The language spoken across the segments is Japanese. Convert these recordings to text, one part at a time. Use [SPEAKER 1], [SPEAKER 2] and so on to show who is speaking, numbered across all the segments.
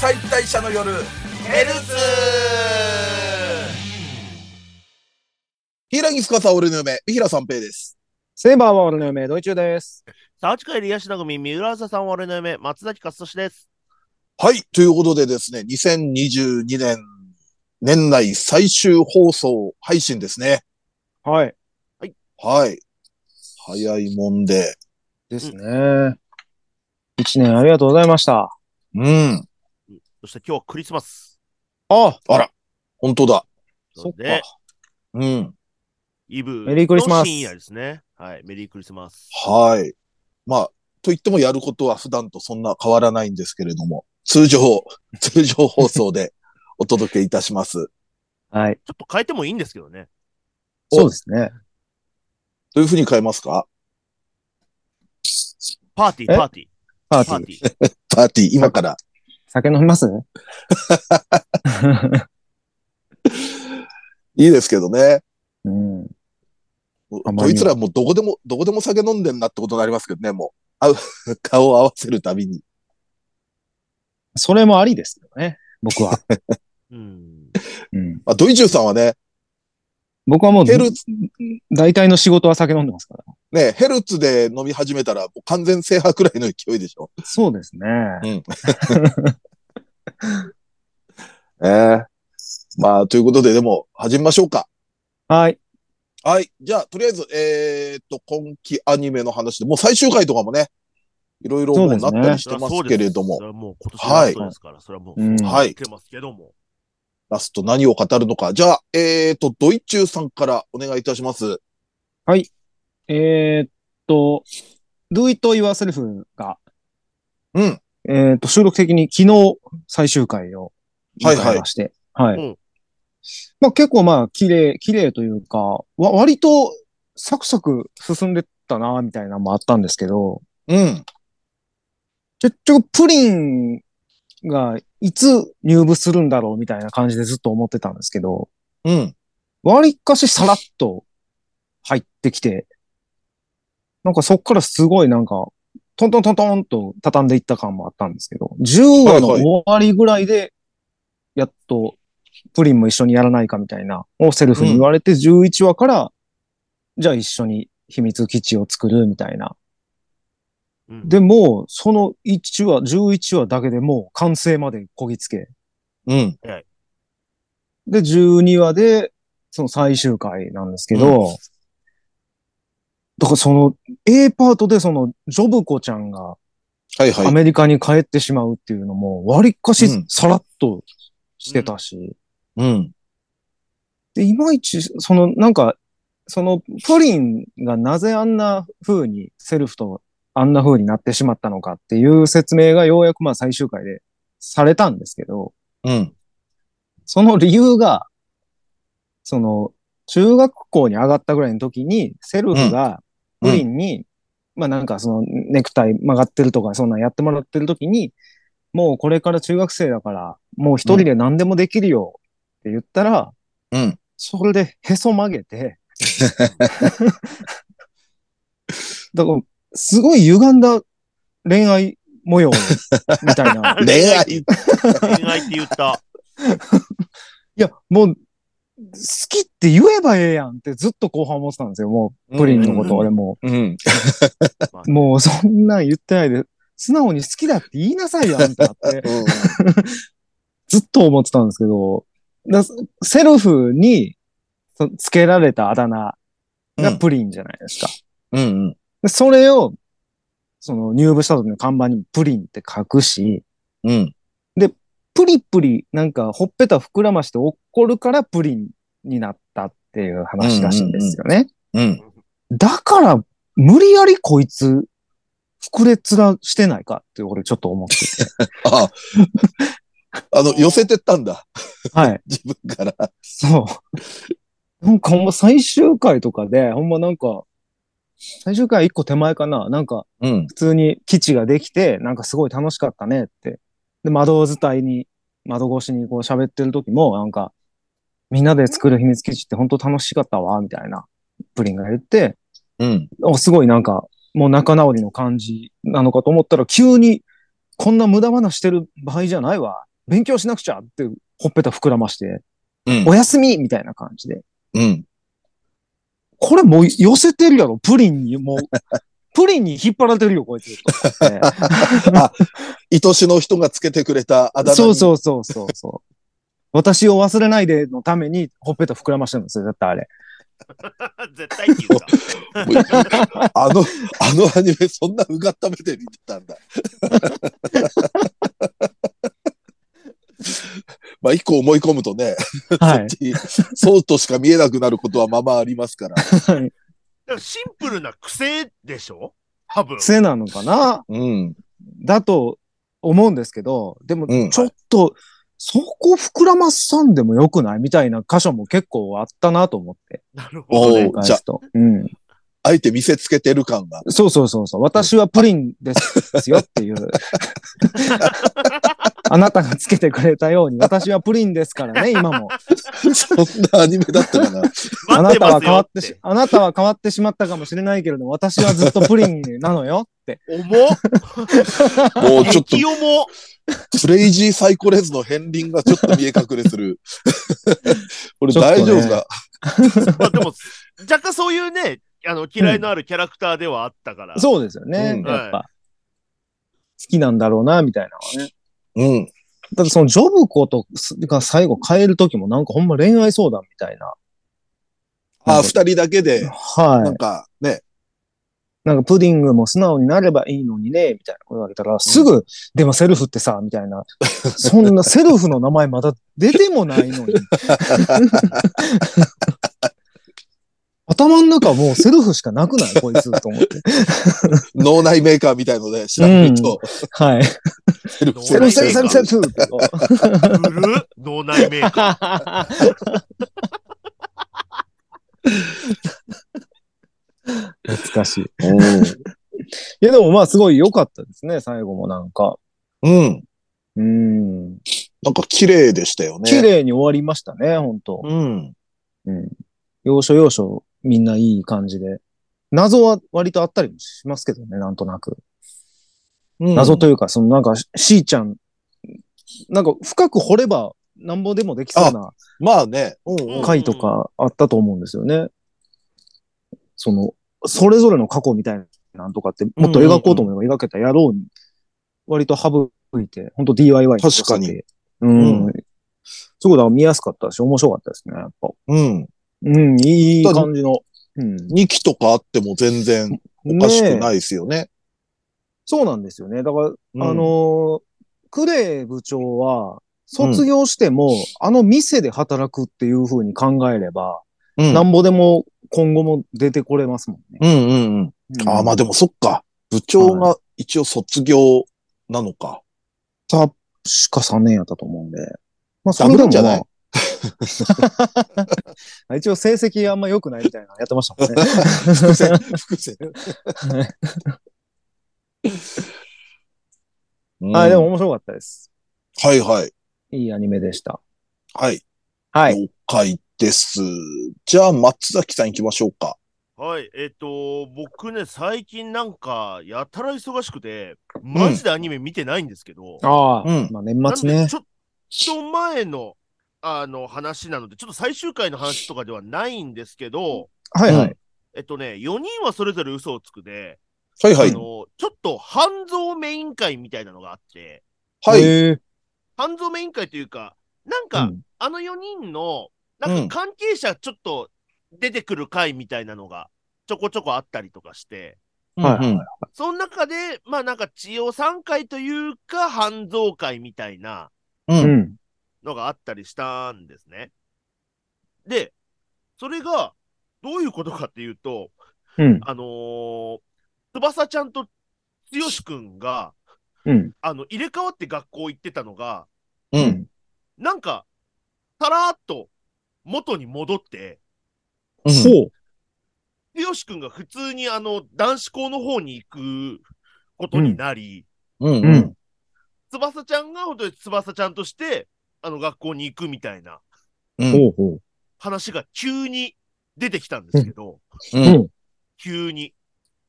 [SPEAKER 1] 解体者の夜ヘルツ
[SPEAKER 2] 平木司、俺の嫁、三平三平です。
[SPEAKER 3] セイバーは俺の嫁、ドイチューです。
[SPEAKER 4] さあ、近いリアシナ組、三浦朝さん、俺の嫁、松崎勝利です。
[SPEAKER 2] はい。ということでですね、2022年、年内最終放送配信ですね。
[SPEAKER 3] はい。
[SPEAKER 2] はい。早いもんで。
[SPEAKER 3] ですね。一年ありがとうございました。
[SPEAKER 2] うん。
[SPEAKER 4] そして今日はクリスマス。
[SPEAKER 3] あ
[SPEAKER 2] あら。本当だ。
[SPEAKER 3] そっか
[SPEAKER 4] で、
[SPEAKER 2] うん。
[SPEAKER 4] イブ。
[SPEAKER 3] メリークリスマス
[SPEAKER 4] 深夜ですね。はい、メリークリスマス。
[SPEAKER 2] はい。まあ、と言ってもやることは普段とそんな変わらないんですけれども、通常、通常放送でお届けいたします。
[SPEAKER 3] はい。
[SPEAKER 4] ちょっと変えてもいいんですけどね。
[SPEAKER 2] お
[SPEAKER 3] そうですね。
[SPEAKER 2] どういうふうに変えますか
[SPEAKER 4] パーティー、
[SPEAKER 3] え
[SPEAKER 4] パーティー。
[SPEAKER 3] パーティー。
[SPEAKER 4] ィー。
[SPEAKER 2] パーティー、今から。
[SPEAKER 3] 酒飲みます
[SPEAKER 2] いいですけどね。
[SPEAKER 3] うん。あま
[SPEAKER 2] こ
[SPEAKER 3] り
[SPEAKER 2] い
[SPEAKER 3] に
[SPEAKER 2] つらもうどこでも、どこでも酒飲んでんなってことになりますけどね、もう。会う、 顔を合わせるたびに。
[SPEAKER 3] それもありですよね。僕 は。
[SPEAKER 4] うん。
[SPEAKER 3] うん。
[SPEAKER 2] まあ、ドイチューさんはね、
[SPEAKER 3] 僕はもう
[SPEAKER 2] ヘル、
[SPEAKER 3] 大体の仕事は酒飲んでますから。
[SPEAKER 2] ね、ヘルツで飲み始めたら、もう完全制覇くらいの勢いでしょ。
[SPEAKER 3] そうですね。
[SPEAKER 2] ええまあ、ということで、でも、始めましょうか。
[SPEAKER 3] はい。
[SPEAKER 2] はい。じゃあ、とりあえず、えーっと、今期アニメの話で、もう最終回とかもね、いろいろもうな
[SPEAKER 3] そうですね
[SPEAKER 2] ったりしてますけれども、
[SPEAKER 4] それはもう今年のラストですから、それはもう、
[SPEAKER 3] うん
[SPEAKER 2] はい
[SPEAKER 4] 来てますけども。
[SPEAKER 2] ラスト何を語るのか。じゃあ、えーっと、ドイチューさんからお願いいたします。
[SPEAKER 3] えーっと、Do It Yourself が、
[SPEAKER 2] うん。
[SPEAKER 3] えーっと、収録的に昨日最終回を迎えまして、はい、
[SPEAKER 4] うん
[SPEAKER 3] まあ結構まあ綺麗、綺麗というか、わ割とサクサク進んでったな、みたいなのもあったんですけど、
[SPEAKER 2] うん。
[SPEAKER 3] 結局プリンがいつ入部するんだろうみたいな感じでずっと思ってたんですけど、
[SPEAKER 2] うん。
[SPEAKER 3] 割かしさらっと入ってきて、なんかそっからすごいなんか、トントントントンと畳んでいった感もあったんですけど、10話の
[SPEAKER 2] はいはい
[SPEAKER 3] 終わりぐらいで、やっと、プリンも一緒にやらないかみたいな、をセルフに言われて、11話から、じゃあ一緒に秘密基地を作るみたいな。
[SPEAKER 4] うん、
[SPEAKER 3] でも、その1話、11話だけでもう完成までこぎつけ。
[SPEAKER 2] うん。
[SPEAKER 3] で、12話で、その最終回なんですけど、だからその A パートでそのジョブ子ちゃんが
[SPEAKER 2] はい
[SPEAKER 3] ア
[SPEAKER 2] はい。
[SPEAKER 3] メリカに帰ってしまうっていうのも割か
[SPEAKER 2] うん
[SPEAKER 3] しさらっとしてたし、
[SPEAKER 2] うん。
[SPEAKER 3] で、いまいちそのなんか、そのプリンがなぜあんな風にセルフとあんな風になってしまったのかっていう説明がようやくまあ最終回でされたんですけど、
[SPEAKER 2] うん。
[SPEAKER 3] その理由が、その、中学校に上がったぐらいの時に、セルフが
[SPEAKER 2] うん
[SPEAKER 3] プリンに、まあなんかそのネクタイ曲がってるとか、そんなんやってもらってる時に、もうこれから中学生だから、もう一人で何でもできるよって言ったら、
[SPEAKER 2] うん。
[SPEAKER 3] それでへそ曲げ て、だから、すごい歪んだ恋愛模様みたいな。
[SPEAKER 4] うん
[SPEAKER 2] 恋愛。
[SPEAKER 4] 恋愛って言った。
[SPEAKER 3] いや、もう、好きって言えばええやんってずっと後半思ってたんですよ。もう、プリンのこと、
[SPEAKER 2] うん
[SPEAKER 3] 俺も
[SPEAKER 2] うん。
[SPEAKER 4] まあ
[SPEAKER 3] う、もうそんなん言ってないで、素直に好きだって言いなさいよ、あんたって、
[SPEAKER 2] うん
[SPEAKER 3] ずっと思ってたんですけど、だセルフにそつけられたあだ名がプリンじゃないですか。
[SPEAKER 2] うん。うん
[SPEAKER 3] でそれを、その入部した時の看板にもプリンって書くし、
[SPEAKER 2] うん。
[SPEAKER 3] プリプリ、なんかほっぺた膨らまして怒るからプリンになったっていう話らしいんですよね。
[SPEAKER 2] うん。
[SPEAKER 3] だから、無理やりこいつ、膨れ面してないかって俺ちょっと思ってて。
[SPEAKER 2] ああ。あの、寄せてったんだ。
[SPEAKER 3] はい。
[SPEAKER 2] 自分から。
[SPEAKER 3] そう。なんかほんま最終回とかで、ほんまなんか、最終回一個手前かな。なんか
[SPEAKER 2] うん。
[SPEAKER 3] 普通に基地ができて、なんかすごい楽しかったねって。で、窓伝いに、窓越しにこう喋ってる時も、なんか、みんなで作る秘密基地って本当楽しかったわ、みたいな、プリンが言って、
[SPEAKER 2] うん。
[SPEAKER 3] おすごいなんか、もう仲直りの感じなのかと思ったら、急に、こんな無駄話してる場合じゃないわ。勉強しなくちゃって、ほっぺた膨らまして、
[SPEAKER 2] うん
[SPEAKER 3] おやすみみたいな感じで。
[SPEAKER 2] うん。
[SPEAKER 3] これもう寄せてるやろ、プリンに、もう。 プリンに引っ張られてるよ、こいつ。と思って
[SPEAKER 2] 愛しの人がつけてくれたあだ名に。
[SPEAKER 3] そうそうそうそうそう。私を忘れないでのために、ほっぺた膨らましてるんですよ、絶対 あれ。
[SPEAKER 4] 絶対って言うか。
[SPEAKER 2] あの、あのアニメ、そんなうがった目で見てたんだ。 まあ、一個思い込むとね、
[SPEAKER 3] はい。
[SPEAKER 2] そうとしか見えなくなることはままありますから。
[SPEAKER 4] でもシンプルな癖でしょ多分。
[SPEAKER 3] 癖なのかな
[SPEAKER 2] うん。
[SPEAKER 3] だと思うんですけど、でも
[SPEAKER 2] うん
[SPEAKER 3] ちょっと、そこ膨らまさんでもよくないみたいな箇所も結構あったなと思って。
[SPEAKER 4] なるほど、
[SPEAKER 2] お
[SPEAKER 4] ね。
[SPEAKER 2] う
[SPEAKER 3] 返
[SPEAKER 2] じゃあ
[SPEAKER 3] すと。うん。
[SPEAKER 2] あえて見せつけてる感が。
[SPEAKER 3] そうそうそうそう。私はプリンですよっていう。あなたがつけてくれたように、私はプリンですからね、今も。
[SPEAKER 2] そんなアニメだった かな。
[SPEAKER 3] あな
[SPEAKER 4] 待って
[SPEAKER 3] たは
[SPEAKER 4] ます
[SPEAKER 3] 変
[SPEAKER 4] よ
[SPEAKER 3] わ
[SPEAKER 4] っ、。
[SPEAKER 3] ってしてあなたは変わってしまったかもしれないけれども、私はずっとプリンなのよって。
[SPEAKER 4] 重っ。
[SPEAKER 2] もうちょっと
[SPEAKER 4] 激重っ。
[SPEAKER 2] クレイジーサイコレズの片鱗がちょっと見え隠れす る。これ
[SPEAKER 3] ちょっとね
[SPEAKER 2] 大丈夫か、
[SPEAKER 4] まあでも、若干そういうね、あの、嫌いのあるキャラクターではあったから。
[SPEAKER 3] そうですよね、
[SPEAKER 2] うん
[SPEAKER 3] やっぱ。好きなんだろうな、みたいなのはね。
[SPEAKER 2] うん。
[SPEAKER 3] だってそのジョブ子とが最後変える時もなんかほんま恋愛相談みたいな。
[SPEAKER 2] あ、二人だけで、な
[SPEAKER 3] は
[SPEAKER 2] んかね、
[SPEAKER 3] い。なんかプディングも素直になればいいのにね、みたいなこと言われたら、すぐ、でもセルフってさ、みたいな。そんなセルフの名前まだ出てもないのに。頭の中もうセルフしかなくないこいつと思って。
[SPEAKER 2] 脳内メーカーみたいので、調べると、
[SPEAKER 3] はい。
[SPEAKER 2] セルフ
[SPEAKER 3] セ
[SPEAKER 2] セ
[SPEAKER 3] ル
[SPEAKER 2] ル
[SPEAKER 3] フ
[SPEAKER 2] フ
[SPEAKER 3] セ
[SPEAKER 2] セ
[SPEAKER 3] ル
[SPEAKER 2] ルフ
[SPEAKER 3] フセ
[SPEAKER 2] セル
[SPEAKER 3] ルフセルフってこう
[SPEAKER 4] うるっ脳内メーカー。
[SPEAKER 3] 懐かしい。
[SPEAKER 2] フ。
[SPEAKER 3] いやでもまあすごい良かったですね、最後もなんか。
[SPEAKER 2] うん。うん
[SPEAKER 3] うん。
[SPEAKER 2] なんか綺麗でしたよね。
[SPEAKER 3] 綺。麗に終わりましたね、本当
[SPEAKER 2] うん。
[SPEAKER 3] うん。要所要所みんないい感じで。謎は割とあったりもしますけどね、なんとなく。謎というか、そのなんか、ししーちゃん、なんか深く掘ればなんぼでもできそうな
[SPEAKER 2] まあね。うんうん。
[SPEAKER 3] 回とかあったと思うんですよね。その、それぞれの過去みたいなのとかって、もっと描こうと思えば描けた野郎に、割と省いて、本当 DIY と
[SPEAKER 2] 確か
[SPEAKER 3] して
[SPEAKER 2] に。
[SPEAKER 3] うん。
[SPEAKER 2] う
[SPEAKER 3] すごいだから見やすかったし、面白かったですね、やっぱ。
[SPEAKER 2] うん。
[SPEAKER 3] うん、いい
[SPEAKER 2] だから
[SPEAKER 3] 感じの。うん。
[SPEAKER 2] 2期とかあっても全然おかしくないですよね。
[SPEAKER 3] そうなんですよね。だから、
[SPEAKER 2] うん
[SPEAKER 3] あの、ー、クレイ部長は、卒業しても、あの店で働くっていう風に考えれば、
[SPEAKER 2] うん。
[SPEAKER 3] なんぼでも今後も出てこれますもんね。
[SPEAKER 2] うんうんうん。ああ、まあでもそっか。部長が一応卒業なのか。
[SPEAKER 3] 確か3年やったと思うんで。まあ、
[SPEAKER 2] ダブ
[SPEAKER 3] で
[SPEAKER 2] る
[SPEAKER 3] も
[SPEAKER 2] んじゃない
[SPEAKER 3] まあ一応成績あんま良くないみたいなのやってましたもんね。
[SPEAKER 2] 伏線、伏線。うん
[SPEAKER 3] はい、でも。面白かったです。
[SPEAKER 2] はいはい。
[SPEAKER 3] いいアニメでした。
[SPEAKER 2] はい。
[SPEAKER 3] はい。
[SPEAKER 2] 了解です。じゃあ、松崎さん行きましょうか。
[SPEAKER 4] はい、えっ、と、僕ね、最近なんか、やたら忙しくて、マジでアニメ見てないんですけど、
[SPEAKER 3] ああ、
[SPEAKER 2] うん
[SPEAKER 3] まあ年末
[SPEAKER 4] なん
[SPEAKER 3] ね
[SPEAKER 4] で。ちょっと前の、あの、話なので、ちょっと最終回の話とかではないんですけど、
[SPEAKER 3] はいはい。
[SPEAKER 4] えっとね、4人はそれぞれ嘘をつくで、
[SPEAKER 2] はいは
[SPEAKER 4] あ
[SPEAKER 2] い。
[SPEAKER 4] の、ちょっと半蔵メイン会みたいなのがあって、
[SPEAKER 2] はい。
[SPEAKER 3] へえ
[SPEAKER 4] 半蔵メイン会というか、なん
[SPEAKER 3] う
[SPEAKER 4] か、
[SPEAKER 3] ん
[SPEAKER 4] あの4人の、
[SPEAKER 2] う
[SPEAKER 4] なん
[SPEAKER 2] ん
[SPEAKER 4] か関係者ちょっと出てくる回みたいなのが、ちょこちょこあったりとかして、
[SPEAKER 3] はい
[SPEAKER 2] うん
[SPEAKER 4] その中で、まあなんか、千代三会というか、半蔵会みたいな
[SPEAKER 2] う。
[SPEAKER 3] うんん。
[SPEAKER 4] のがあったりしたんですね。で、それが、どういうことかっていうと、
[SPEAKER 3] うん。
[SPEAKER 4] あのー翼ちゃんと剛くんが、
[SPEAKER 3] うん。
[SPEAKER 4] あの、入れ替わって学校行ってたのが、
[SPEAKER 2] うん。
[SPEAKER 4] なんか、さらーっと元に戻って、
[SPEAKER 2] うん
[SPEAKER 3] ほう。
[SPEAKER 4] 剛くんが普通にあの、男子校の方に行くことになり、
[SPEAKER 2] うん。
[SPEAKER 3] う
[SPEAKER 2] うんん。
[SPEAKER 4] 翼ちゃんが本当に翼ちゃんとして、あの、学校に行くみたいな
[SPEAKER 2] うん。
[SPEAKER 3] ほうほう。
[SPEAKER 4] 話が急に出てきたんですけど、
[SPEAKER 2] うん
[SPEAKER 4] 急に。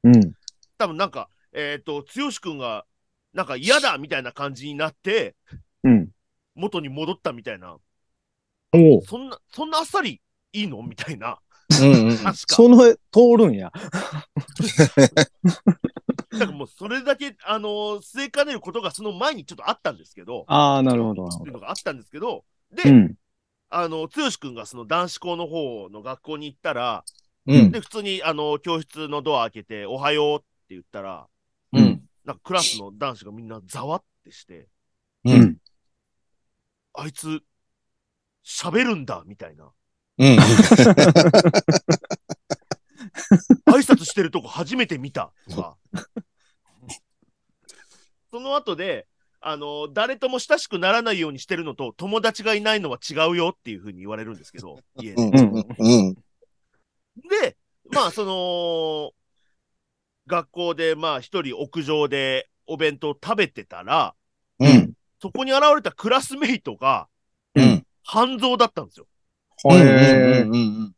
[SPEAKER 3] うん。
[SPEAKER 4] 多分なんか、えっ、と、剛くんが、なんか嫌だみたいな感じになって、
[SPEAKER 3] うん。
[SPEAKER 4] 元に戻ったみたいな、
[SPEAKER 3] おう
[SPEAKER 4] そんな、そんなあっさりいいのみたいな。
[SPEAKER 2] うんうん。
[SPEAKER 4] 確か。
[SPEAKER 3] その絵通るんや。
[SPEAKER 4] なんかもうそれだけ、あのー据えかねることがその前にちょっとあったんですけど、
[SPEAKER 3] ああ、なるほど。なる
[SPEAKER 4] っ
[SPEAKER 3] ほ
[SPEAKER 4] ていう
[SPEAKER 3] ど
[SPEAKER 4] のがあったんですけど、で、
[SPEAKER 3] うん。
[SPEAKER 4] あの、剛君がその男子校の方の学校に行ったら、
[SPEAKER 2] うん。
[SPEAKER 4] で、普通にあの、教室のドア開けて、おはようって言ったら、
[SPEAKER 2] うん。
[SPEAKER 4] なんかクラスの男子がみんなざわってして、
[SPEAKER 2] う。
[SPEAKER 3] うんん。
[SPEAKER 4] あいつ、喋るんだ、みたいな。
[SPEAKER 2] うん。
[SPEAKER 4] 挨拶してるとこ初めて見た とか。その後で、あの、誰とも親しくならないようにしてるのと、友達がいないのは違うよっていうふうに言われるんですけど、家
[SPEAKER 2] う
[SPEAKER 4] で。
[SPEAKER 2] ん。うん。うん。
[SPEAKER 4] で、まあ、その、学校で、まあ、一人屋上でお弁当食べてたら、
[SPEAKER 2] うん。
[SPEAKER 4] そこに現れたクラスメイトが、
[SPEAKER 2] うん。
[SPEAKER 4] 半蔵だったんですよ。
[SPEAKER 2] うん。
[SPEAKER 3] へえ。
[SPEAKER 2] うん。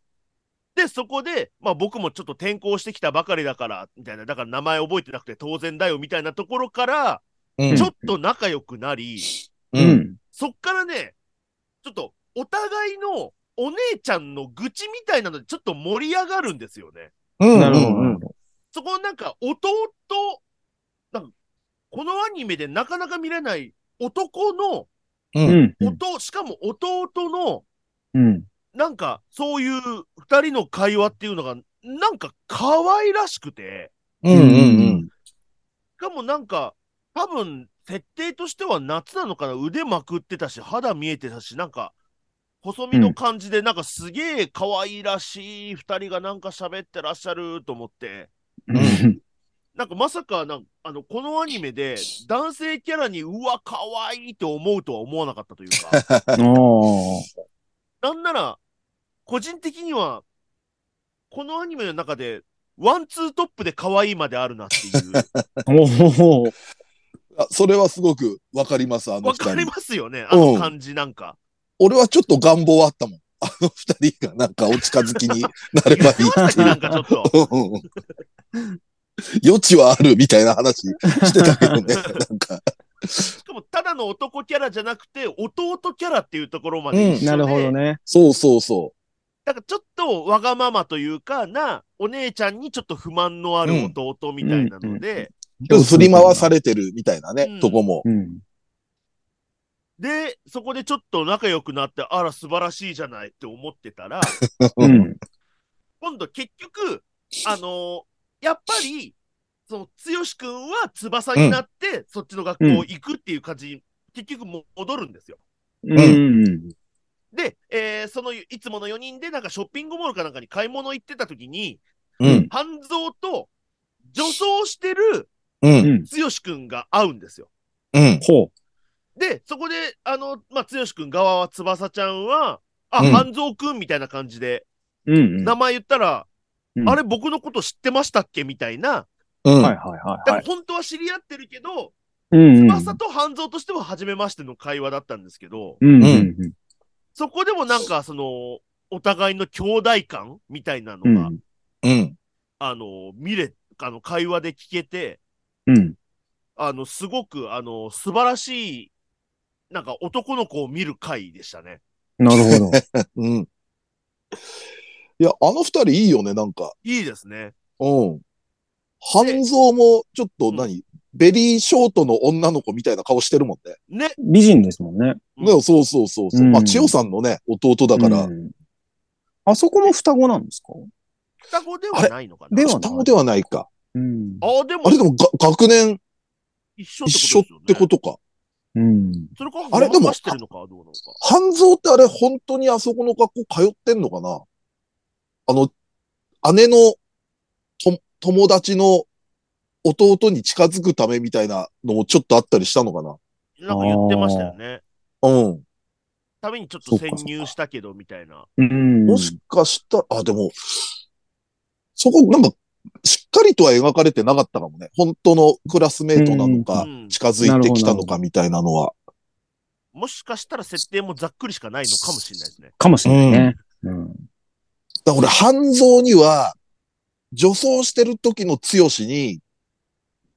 [SPEAKER 4] で、そこで、まあ僕もちょっと転校してきたばかりだから、みたいな、だから名前覚えてなくて当然だよ、みたいなところから、
[SPEAKER 2] うん。
[SPEAKER 4] ちょっと仲良くなり、
[SPEAKER 2] う。
[SPEAKER 3] うんん。
[SPEAKER 4] そっからね、ちょっとお互いのお姉ちゃんの愚痴みたいなのでちょっと盛り上がるんですよね。
[SPEAKER 2] うん。
[SPEAKER 3] なるほど。なるほど
[SPEAKER 4] そこのなんか弟、なんかこのアニメでなかなか見れない男の、
[SPEAKER 2] う。
[SPEAKER 3] うんん。
[SPEAKER 4] 弟、しかも弟の、
[SPEAKER 3] うん。
[SPEAKER 4] なんかそういう二人の会話っていうのが、なんか可愛らしくて、
[SPEAKER 2] うん。うん。
[SPEAKER 4] しかもなんか、多分、設定としては夏なのかな腕まくってたし、肌見えてたし、なんか、細身の感じで、なんかすげえ可愛らしい二人がなんか喋ってらっしゃると思って、
[SPEAKER 3] うん。
[SPEAKER 4] なんかまさかなんあの、このアニメ で男性キャラにうわ、可愛いと思うとは思わなかったとい うか、
[SPEAKER 3] おー
[SPEAKER 4] なんなら、個人的には、このアニメの中で、ワンツートップで可愛いまである なっていう。
[SPEAKER 3] おー
[SPEAKER 2] あそれはすごくわかります、あの
[SPEAKER 4] わ
[SPEAKER 2] 二
[SPEAKER 4] かり
[SPEAKER 2] 人。
[SPEAKER 4] ますよねあの
[SPEAKER 2] うん
[SPEAKER 4] 感じなんか。
[SPEAKER 2] 俺はちょっと願望はあったもん。あの二人がなんかお近づき になればい
[SPEAKER 4] 言ってま
[SPEAKER 2] いっ
[SPEAKER 4] してた
[SPEAKER 2] い
[SPEAKER 4] な
[SPEAKER 2] うん
[SPEAKER 4] かちょっと。
[SPEAKER 2] うん余地はあるみたいな話してたけど ね。なんか。
[SPEAKER 4] しかも、ただの男キャラじゃなくて、弟キャラっていうところまで一緒で、
[SPEAKER 2] うん
[SPEAKER 3] なるほどね。
[SPEAKER 2] そうそうそ
[SPEAKER 4] だからちょっとわがままというかな、お姉ちゃんにちょっと不満のある弟みたいなので、
[SPEAKER 2] う。ちょっと振り回されてるみたいなね、
[SPEAKER 4] うん
[SPEAKER 2] とこも。
[SPEAKER 3] うん。
[SPEAKER 4] で、そこでちょっと仲良くなって、あら、素晴らしいじゃないって思ってた ら、
[SPEAKER 3] うん。
[SPEAKER 4] 今度結局、あのーやっぱり、その、剛くんは翼になって、そっちの学校行くっていう感じに、結局も戻るんですよ。
[SPEAKER 3] うん。
[SPEAKER 4] で、えーそのいつもの4人でなんかショッピングモールかなんかに買い物行ってた時に、
[SPEAKER 2] うん。
[SPEAKER 4] 半蔵と女装してる
[SPEAKER 2] うん。
[SPEAKER 4] 剛くんが会うんですよ。
[SPEAKER 2] うん。
[SPEAKER 3] ほ
[SPEAKER 4] で、そこで、あの、まあ、剛くん側は翼ちゃんは、あ、
[SPEAKER 2] うん
[SPEAKER 4] 半蔵くんみたいな感じで、
[SPEAKER 3] う。うん。
[SPEAKER 4] 名
[SPEAKER 3] は
[SPEAKER 4] 前言ったら、
[SPEAKER 3] うん
[SPEAKER 4] あれ僕のこと知ってましたっけみたいな。
[SPEAKER 2] うん。
[SPEAKER 3] いはいはい
[SPEAKER 4] だか
[SPEAKER 3] は
[SPEAKER 4] ら
[SPEAKER 3] い。
[SPEAKER 4] 本当は知り合ってるけど、
[SPEAKER 3] うん。
[SPEAKER 4] 翼と半蔵としては初めましての会話だったんですけど、
[SPEAKER 3] うん。うん。
[SPEAKER 4] そこでもなんかその、お互いの兄弟感みたいなの
[SPEAKER 3] う
[SPEAKER 4] が、
[SPEAKER 3] ん。
[SPEAKER 2] うん。
[SPEAKER 4] あの、見れ、あの、会話で聞けて、
[SPEAKER 3] うん。
[SPEAKER 4] あの、すごく、あの、素晴らしい、なんか男の子を見る回でしたね。
[SPEAKER 3] なるほど。
[SPEAKER 2] うん。いや、あの二人いいよね、なんか。
[SPEAKER 4] いいですね。
[SPEAKER 2] うん。半蔵も、ちょっと何ベリーショートの女の子みたいな顔してるもんね。
[SPEAKER 4] ね。
[SPEAKER 3] 美人ですもんね。
[SPEAKER 4] うん
[SPEAKER 2] ねそうそうそうそう。
[SPEAKER 3] うん
[SPEAKER 2] まあ、千代さんのね、弟だから
[SPEAKER 3] う、ん。あそこも双子なんですか
[SPEAKER 4] 双子ではないのかな。
[SPEAKER 3] では
[SPEAKER 2] 双子ではないか。
[SPEAKER 3] うん。
[SPEAKER 4] ああ、でも
[SPEAKER 2] あ、れでもが、学年
[SPEAKER 4] 一緒
[SPEAKER 2] 一緒ってことか。
[SPEAKER 3] うん。
[SPEAKER 4] それか、
[SPEAKER 2] あ
[SPEAKER 4] あ
[SPEAKER 2] れ
[SPEAKER 4] れ
[SPEAKER 2] で
[SPEAKER 4] で
[SPEAKER 2] も
[SPEAKER 4] も。してるのか、どうなのか。
[SPEAKER 2] 半蔵ってあれ、本当にあそこの学校通ってんのかなあの、姉のと友達の弟に近づくためみたいなのもちょっとあったりしたのかな
[SPEAKER 4] なんか言ってましたよね。
[SPEAKER 2] うん。
[SPEAKER 4] ためにちょっと潜入したけど、みたいな。
[SPEAKER 3] うん。
[SPEAKER 2] もしかしたら、あ、でも、そこ、なんか、しっかりとは描かれてなかったかもね。本当のクラスメイトなのか
[SPEAKER 4] う、ん
[SPEAKER 2] 近づいてきたのかみたいなのは。
[SPEAKER 4] もしかしたら設定もざっくりしかないのかもしれないですね。
[SPEAKER 3] かもしれないね。うん。
[SPEAKER 2] だから俺、半蔵には、女装してる時の強しに、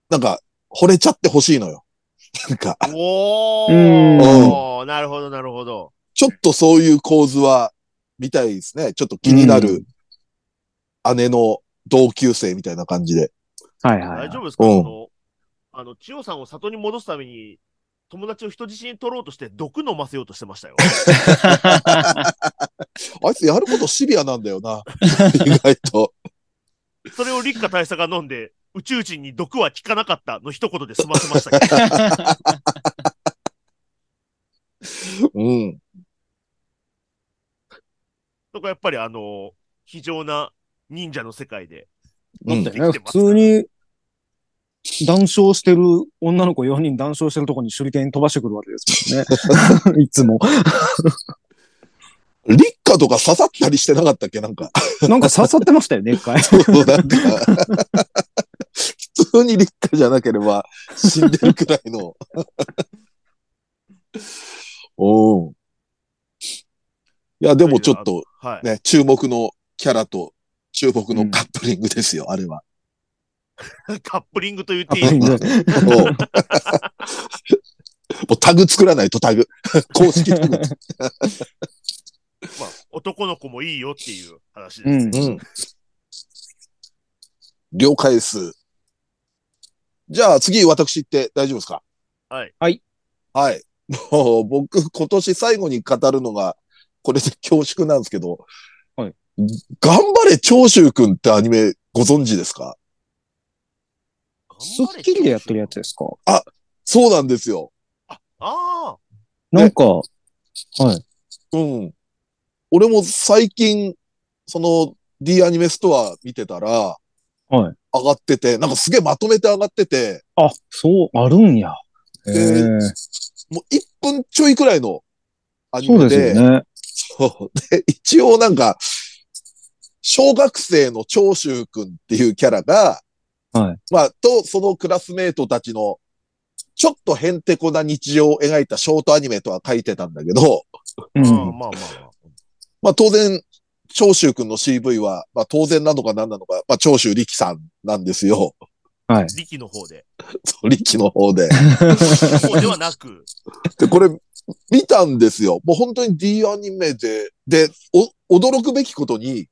[SPEAKER 2] なんか、惚れちゃってほしいのよ。なんか、
[SPEAKER 4] お
[SPEAKER 3] う
[SPEAKER 4] ー、なるほど、なるほど。
[SPEAKER 2] ちょっとそういう構図は見たいですね。ちょっと気になる姉の同級生みたいな感じで。
[SPEAKER 3] はいはいはい。
[SPEAKER 4] 大丈夫ですか
[SPEAKER 2] うん
[SPEAKER 4] あの、あの、千代さんを里に戻すために、友達を人質に取ろうとして毒飲ませようとして ましたよ。
[SPEAKER 2] あいつやることシビアなんだよな。 意外と。
[SPEAKER 4] それを立花大佐が飲んで、宇宙人に毒は効かなかったの一言で済ませまし たけど。
[SPEAKER 2] うん。
[SPEAKER 4] そこはやっぱりあの、非常な忍者の世界で。
[SPEAKER 2] うん
[SPEAKER 4] だって
[SPEAKER 3] ね、普通に、談笑してる、女の子4人談笑してるとこに手裏剣飛ばしてくるわけですもん ね。いつも。
[SPEAKER 2] 立夏とか刺さったりしてなかったっけなんか。
[SPEAKER 3] なんか刺さってましたよね、一回。
[SPEAKER 2] そう、なんか。 普通に立夏じゃなければ死んでるくらいの。 うん。いや、でもちょっと、
[SPEAKER 4] はい。
[SPEAKER 2] ね、注目のキャラと注目のカップリングですよ、あれ は。
[SPEAKER 4] カップリングと言っ
[SPEAKER 3] カ
[SPEAKER 4] てい
[SPEAKER 3] ッ
[SPEAKER 4] い
[SPEAKER 3] プリング
[SPEAKER 2] もうもうタグ作らないとタグ。公式タグ。
[SPEAKER 4] まあ、男の子もいいよっていう話です。
[SPEAKER 3] うん。
[SPEAKER 2] うん。了解です。じゃあ次私行って大丈夫ですか
[SPEAKER 4] はい。
[SPEAKER 3] はい。
[SPEAKER 2] はい。もう僕今年最後に語るのが、これで恐縮なんですけど。
[SPEAKER 3] はい。
[SPEAKER 2] 頑張れ長州くんってアニメご存知ですか
[SPEAKER 3] スッキリでやってるやつ
[SPEAKER 4] あ
[SPEAKER 3] ですか
[SPEAKER 2] そうなんですよ。
[SPEAKER 4] あ
[SPEAKER 3] なんか、はい。
[SPEAKER 2] うん。俺も最近、その D アニメストア見てたら、
[SPEAKER 3] はい。
[SPEAKER 2] 上がってて、なんかすげえまとめて上がってて、
[SPEAKER 3] あ、そう、あるんや。へ
[SPEAKER 2] え
[SPEAKER 3] え
[SPEAKER 2] もう1分ちょいくらいのアニ
[SPEAKER 3] そ
[SPEAKER 2] メ
[SPEAKER 3] うです
[SPEAKER 2] で、
[SPEAKER 3] よね。
[SPEAKER 2] そう。 で、一応なんか、小学生の長州くんっていうキャラが、
[SPEAKER 3] はい。
[SPEAKER 2] まあ、と、そのクラスメイトたちの、ちょっとへんてこな日常を描いたショートアニメとは書いてたんだけど、
[SPEAKER 3] う
[SPEAKER 4] あ、ま
[SPEAKER 3] ん。
[SPEAKER 4] あまあまあ。
[SPEAKER 2] まあ当然、長州くんの CV は、まあ当然なのか何なのか、まあ長州力さんなんですよ。
[SPEAKER 3] はい。
[SPEAKER 4] 力の方で。
[SPEAKER 2] そう力の方で。
[SPEAKER 4] そうではなく、
[SPEAKER 2] で、これ、見たんですよ。もう本当に D アニメで、で、お、驚くべきことに、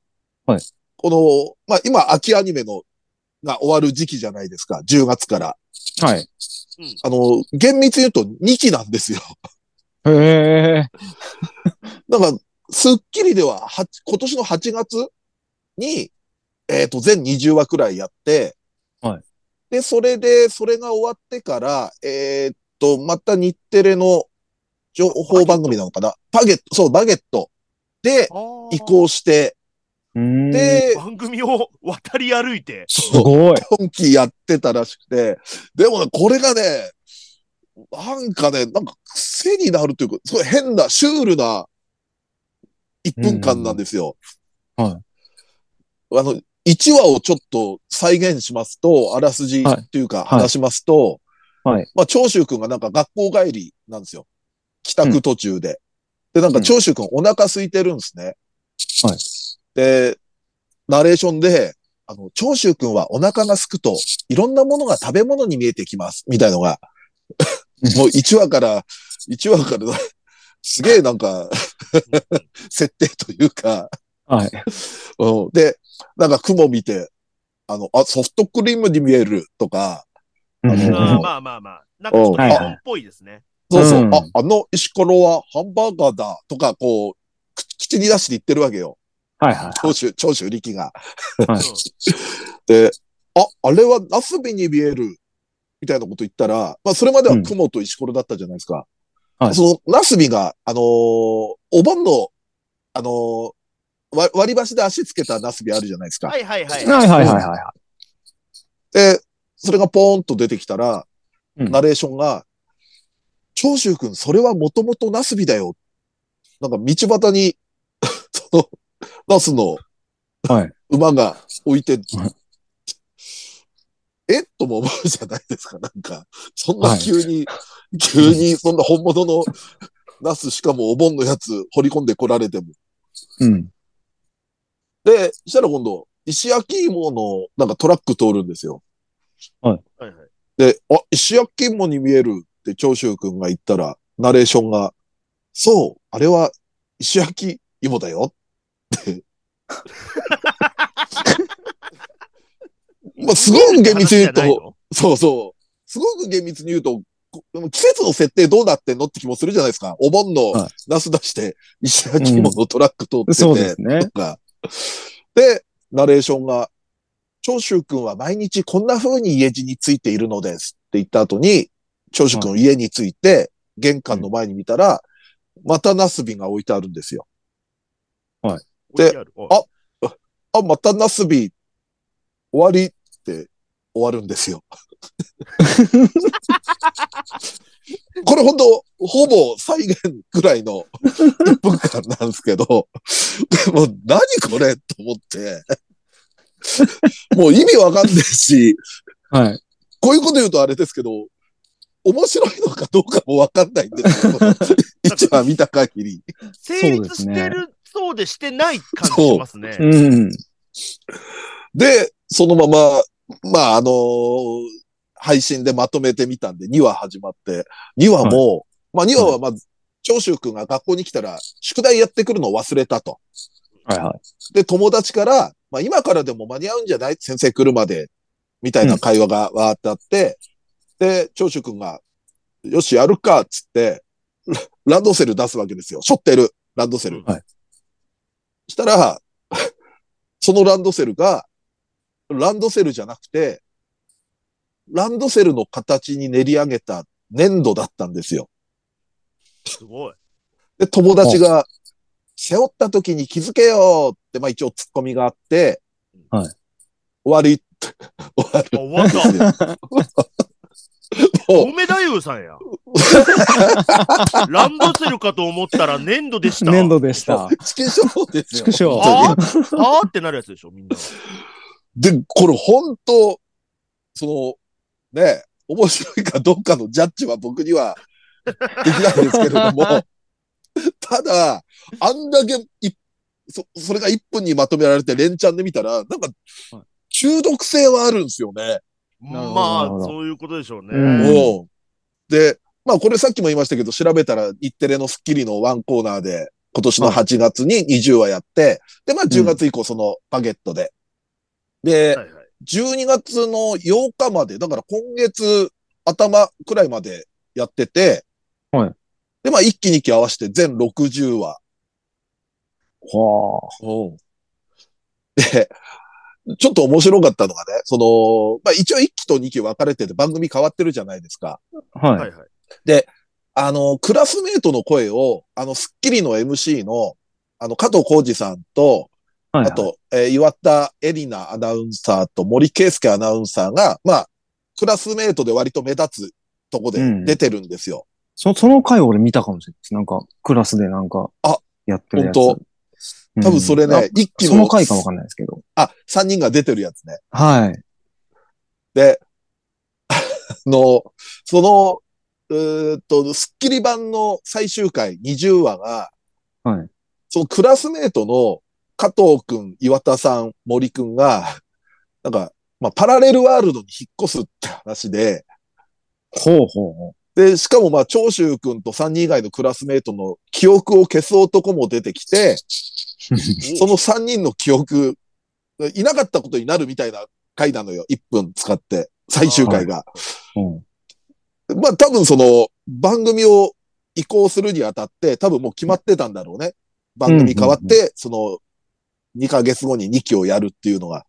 [SPEAKER 3] はい
[SPEAKER 2] この、まあ今、秋アニメの、が終わる時期じゃないですか。10月から。
[SPEAKER 3] はい。
[SPEAKER 2] あの、厳密に言うと2期なんですよ。
[SPEAKER 3] へえ。
[SPEAKER 2] だから、スッキリでは、はち、今年の8月に、えっ、と、全20話くらいやって、
[SPEAKER 3] はい。
[SPEAKER 2] で、それで、それが終わってから、えっ、と、また日テレの情報番組なのかなバゲット、そう、バゲットで移
[SPEAKER 4] 移
[SPEAKER 2] 行して、
[SPEAKER 3] うーん。
[SPEAKER 2] で、
[SPEAKER 4] 番組を渡り歩いて、
[SPEAKER 3] す
[SPEAKER 2] そう、
[SPEAKER 3] ごい。
[SPEAKER 2] 今期やってたらしくて、でもね、これがね、なんかね、なんか癖になるというか、すごい変な、シュールな1分間なんですよ。。
[SPEAKER 3] うんはい
[SPEAKER 2] あの、1話をちょっと再現しますと、あらすじというか
[SPEAKER 3] い
[SPEAKER 2] 話しますと、
[SPEAKER 3] はい
[SPEAKER 2] まあ、長州くんがなんか学校帰りなんですよ。帰宅途中で。で、なんか長州くんお腹空いてるんですね。
[SPEAKER 3] はい。
[SPEAKER 2] で、ナレーションで、あの、長州くんはお腹が空くと、いろんなものが食べ物に見えてきます、みたいのが。もう1話から、1話から、すげえなんか、 設定というか、
[SPEAKER 3] はい。
[SPEAKER 2] うん。で、なんか雲見て、あの、あ、ソフトクリームに見えるとか、
[SPEAKER 3] う
[SPEAKER 2] あ
[SPEAKER 4] あ
[SPEAKER 2] の
[SPEAKER 4] ー
[SPEAKER 3] ん
[SPEAKER 4] まあまあまあ、なんかちょっと日本っぽいですね。
[SPEAKER 2] そうそう、
[SPEAKER 3] うん
[SPEAKER 2] あ、あの石ころはハンバーガーだとか、こう、口口に出して言ってるわけよ。
[SPEAKER 3] はいはい。
[SPEAKER 2] 長州、長州力が。
[SPEAKER 3] は
[SPEAKER 4] うん
[SPEAKER 2] で、あ、あれはナスビに見える、みたいなこと言ったら、まあ、それまでは雲と石ころだったじゃないですか。
[SPEAKER 3] うんはい
[SPEAKER 2] その、ナスビが、あのーお盆の、あのーわ割り箸で足つけたナスビあるじゃないですか。
[SPEAKER 4] はいはいはい。
[SPEAKER 3] はいはいはいはい。
[SPEAKER 2] で、それがポーンと出てきたら、
[SPEAKER 3] うん
[SPEAKER 2] ナレーションが、長州くん、それはもともとナスビだよ。なんか道端に、 その、ナスの
[SPEAKER 3] はい。
[SPEAKER 2] 馬が置いて、 えっとも思うじゃないですか、なんか。そんな
[SPEAKER 3] はい
[SPEAKER 2] 急に、急にそんな本物のナスしかもお盆のやつ掘り込んでこられても。
[SPEAKER 3] うん。
[SPEAKER 2] で、したら今度、石焼き芋のなんかトラック通るんですよ。
[SPEAKER 4] はいはい
[SPEAKER 2] で、あ、石焼き芋に見えるって長州くんが言ったら、ナレーションが、そう、あれは石焼き芋だよって。まあ、すごく厳密に言うと、そうそう。すごく厳密に言うと、こでも季節の設定どうなってんのって気もするじゃないですか。お盆の
[SPEAKER 3] はい
[SPEAKER 2] ナス出して、石焼き芋のトラック通ってて、
[SPEAKER 3] そうですね
[SPEAKER 2] と。か。で、ナレーションが、長州くんは毎日こんな風に家路についているのですって言った後に、長州くん家に着いて、玄関の前に見たら、またナスビが置いてあるんですよ。で
[SPEAKER 4] で、あ
[SPEAKER 2] ああ、またナスビ、終わりって終わるんですよ。これほんと、ほぼ再現ぐらいの1分間なんですけど、でも何これと思って、もう意味わかんないし、
[SPEAKER 3] はい。
[SPEAKER 2] こういうこと言うとあれですけど、面白いのかどうかもわかんないんですけど、一話見た限り。
[SPEAKER 3] そ
[SPEAKER 4] 成
[SPEAKER 3] うで
[SPEAKER 4] 立
[SPEAKER 3] す
[SPEAKER 4] し
[SPEAKER 3] ね
[SPEAKER 4] てるそうでしてない感じしますね。
[SPEAKER 3] うん。
[SPEAKER 2] で、そのまま、まあ、あのー配信でまとめてみたんで、2話始まって、2話も、まあ2話はまず、長州くんが学校に来たら、宿題やってくるのを忘れたと。
[SPEAKER 3] はいはい。
[SPEAKER 2] で、友達から、まあ今からでも間に合うんじゃない先生来るまで、みたいな会話がわーってあって、で、長州くんが、よし、やるか、っつって、ラランドセル出すわけですよ。背負ってる、ランドセル。
[SPEAKER 3] はい。
[SPEAKER 2] したら、 そのランドセルが、ランドセルじゃなくて、ランドセルの形に練り上げた粘土だったんですよ。
[SPEAKER 4] すごい。
[SPEAKER 2] で、友達が、背負った時に気づけよって、まあ一応ツッコミがあって、
[SPEAKER 3] はい
[SPEAKER 2] 終わり って、終わ
[SPEAKER 4] あ終わった。
[SPEAKER 2] るんですよ。もう
[SPEAKER 4] 梅太夫さ んや。ランドセルかと思ったら粘土でした。
[SPEAKER 3] 粘土でした。
[SPEAKER 2] 縮小ですよ。
[SPEAKER 3] 縮小
[SPEAKER 4] あーあーってなるやつでしょ、みんな。
[SPEAKER 2] で、これ本当、その、ね、面白いかどうかのジャッジは僕にはできないんですけれども、ただ、あんだけいそ、それが1分にまとめられて連チャンで見たら、なんか、中毒性はあるんですよね。
[SPEAKER 3] なるほど
[SPEAKER 4] ま
[SPEAKER 3] な
[SPEAKER 4] あ
[SPEAKER 3] るほ、ど
[SPEAKER 4] そういうことでしょうね。
[SPEAKER 3] うん
[SPEAKER 2] おうで、まあこれさっきも言いましたけど、調べたら日テレのスッキリのワンコーナーで、今年の8月に20話やって、で、まあ10月以降そのパゲットで。で、
[SPEAKER 4] はいはい
[SPEAKER 2] 12月の8日まで、だから今月頭くらいまでやってて、
[SPEAKER 3] はい
[SPEAKER 2] で、まあ一期二期合わせて全60話。
[SPEAKER 3] は
[SPEAKER 2] で、ちょっと面白かったのがね、その、まあ一応一期と二期分かれてて番組変わってるじゃないですか。
[SPEAKER 3] あ。は。
[SPEAKER 4] はいいはい。
[SPEAKER 2] あの、クラスメイトの声を、あの、スッキリの MC の、あの、加藤浩二さんと、
[SPEAKER 3] はい。
[SPEAKER 2] あと、えー岩田エリナアナウンサーと森圭介アナウンサーが、まあ、クラスメイトで割と目立つとこで
[SPEAKER 3] うん
[SPEAKER 2] 出てるんですよ。
[SPEAKER 3] そ、その回俺見たかもしれないです。なんか、クラスでなんか、
[SPEAKER 2] あ
[SPEAKER 3] やってるやつ。
[SPEAKER 2] 本
[SPEAKER 3] 当
[SPEAKER 2] 多分それね、一期の、
[SPEAKER 3] その回かわかんないですけど。
[SPEAKER 2] あ、3人が出てるやつね。
[SPEAKER 3] はい。
[SPEAKER 2] で、 あの、その、うーっと、スッキリ版の最終回20話が、
[SPEAKER 3] はい。
[SPEAKER 2] そのクラスメートの加藤くん、岩田さん、森くんが、 なんか、まあ、パラレルワールドに引っ越すって話で、
[SPEAKER 3] ほうほうほう。
[SPEAKER 2] で、しかもまあ、長州くんと3人以外のクラスメートの記憶を消す男も出てきて、その3人の記憶、いなかったことになるみたいな回なのよ。1分使って、最終回が。
[SPEAKER 3] うん。
[SPEAKER 2] まあ、多分その、番組を移行するにあたって、多分もう決まってたんだろうね。番組変わって、
[SPEAKER 3] うんう
[SPEAKER 2] その、2ヶ月後に2期をやるっていうのが。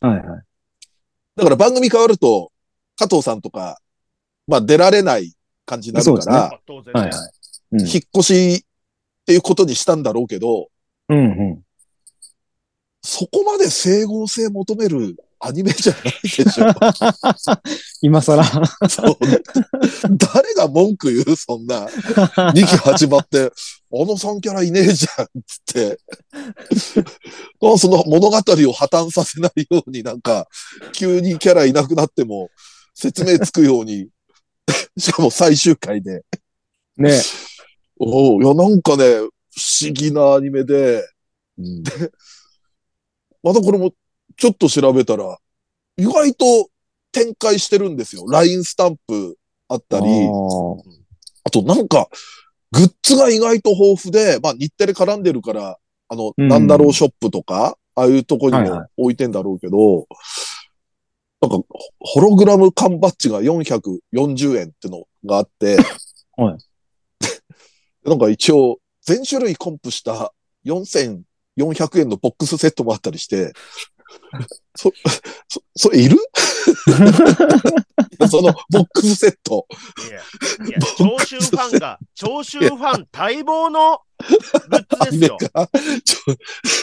[SPEAKER 3] はいはい。
[SPEAKER 2] だから番組変わると、加藤さんとか、まあ出られない感じになるか
[SPEAKER 3] そうです
[SPEAKER 2] ら、
[SPEAKER 4] まあ当然。
[SPEAKER 3] はいはい。うん
[SPEAKER 2] 引っ越しっていうことにしたんだろうけど、
[SPEAKER 3] うんうん。
[SPEAKER 2] そこまで整合性求めるアニメじゃないでし ょ。
[SPEAKER 3] 今更。
[SPEAKER 2] そう誰が文句言うそんな。2期始まって、あの3キャラいねえじゃん、つって。あその物語を破綻させないように、なんか、急にキャラいなくなっても、説明つくように、 しかも最終回で。
[SPEAKER 3] ね。
[SPEAKER 2] おおいや、なんかね、不思議なアニメで、で、またこれもちょっと調べたら、意外と展開してるんですよ。LINE スタンプあったり、
[SPEAKER 3] あ
[SPEAKER 2] あとなんか、グッズが意外と豊富で、まあ日テレ絡んでるから、あの、
[SPEAKER 3] うん
[SPEAKER 2] なんだろうショップとか、ああいうとこに
[SPEAKER 3] はいは
[SPEAKER 2] も置いてんだろうけど、なんか、ホログラム缶バッジが440円ってのがあって、
[SPEAKER 3] はい
[SPEAKER 2] でなんか一応、全種類コンプした4400円のボックスセットもあったり して、そ、そ、それいる そのボックスセット。
[SPEAKER 4] いや、いや、長州ファン が、長州ファン待望のグッズですよ。
[SPEAKER 2] あちょ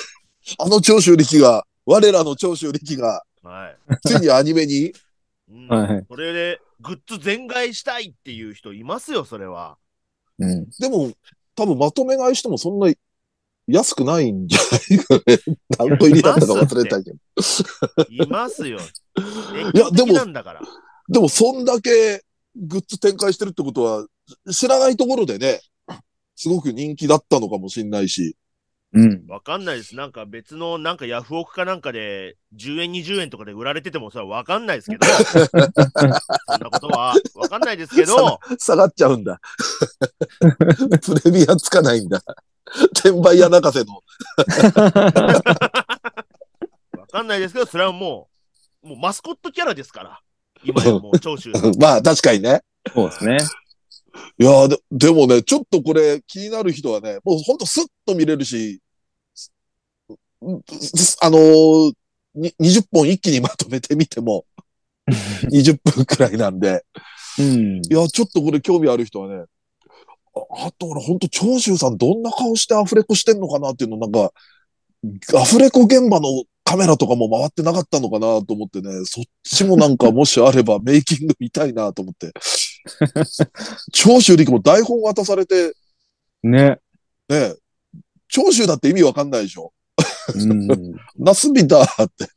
[SPEAKER 2] あの長州力が、我らの長州力が、
[SPEAKER 4] はい。
[SPEAKER 2] ついにアニメに、
[SPEAKER 4] うん
[SPEAKER 3] はいはい
[SPEAKER 4] それで、グッズ全買いしたいっていう人いますよ、それは。
[SPEAKER 3] うん。
[SPEAKER 2] でも、多分まとめ買いしてもそんな安くないんじゃないかね。 何個入りだったか忘れたけど。
[SPEAKER 4] いますよ。熱
[SPEAKER 2] いや
[SPEAKER 4] 狂
[SPEAKER 2] でも
[SPEAKER 4] 的なんだから。
[SPEAKER 2] でも、そんだけグッズ展開してるってことは、知らないところでね、すごく人気だったのかもしれないし。
[SPEAKER 3] うん。
[SPEAKER 4] わかんないです。なんか別の、なんかヤフオクかなんかで、10円、20円とかで売られてても、それはわかんないです けど、そんなことはわかんないですけど、
[SPEAKER 2] 下がっちゃ うんだ。プレミアつかないんだ。転売屋泣かせの
[SPEAKER 4] わかんないですけど、それはもう、もうマスコットキャラですから、今やもう長州さん。
[SPEAKER 2] まあ、確かにね。
[SPEAKER 3] そうですね。
[SPEAKER 2] いやーで、でもね、ちょっとこれ気になる人はね、もうほんとスッと見れるし、んんあのー、に20本一気にまとめてみても、20分くらいなんで、
[SPEAKER 3] うん。
[SPEAKER 2] いや、ちょっとこれ興味ある人はね、ああと俺ほんと長州さんどんな顔してアフレコしてんのかなっていうのなんか、アフレコ現場のカメラとかも回ってなかったのかなと思ってね、そっちもなんかもしあれば メイキング見たいなと思って。長州力も台本渡されて、
[SPEAKER 3] ね。
[SPEAKER 2] ね、長州だって意味わかんないでしょ。
[SPEAKER 3] うん。
[SPEAKER 2] ナスビだって。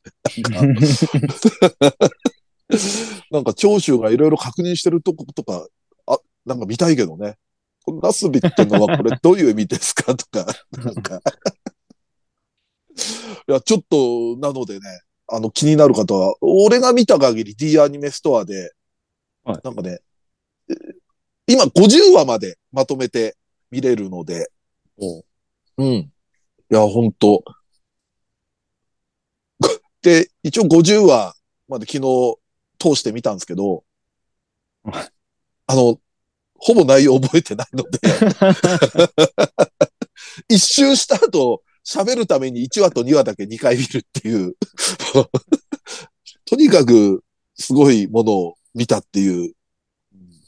[SPEAKER 2] なんか長州がいろいろ確認してるとことか、あ、なんか見たいけどね。このナスビってのはこれどういう意味ですかとか、なん か。いや、ちょっと、なのでね、あの、気になる方は、俺が見た限り D アニメストアで、
[SPEAKER 3] はい
[SPEAKER 2] なんかね、え今50話までまとめて見れるので、うん。いや、ほんと。で、一応50話まで昨日通してみたんですけど、
[SPEAKER 3] はい
[SPEAKER 2] あの、ほぼ内容覚えてないの で、一周した後、喋るために1話と2話だけ2回見るっていう、とにかくすごいものを見たっていう、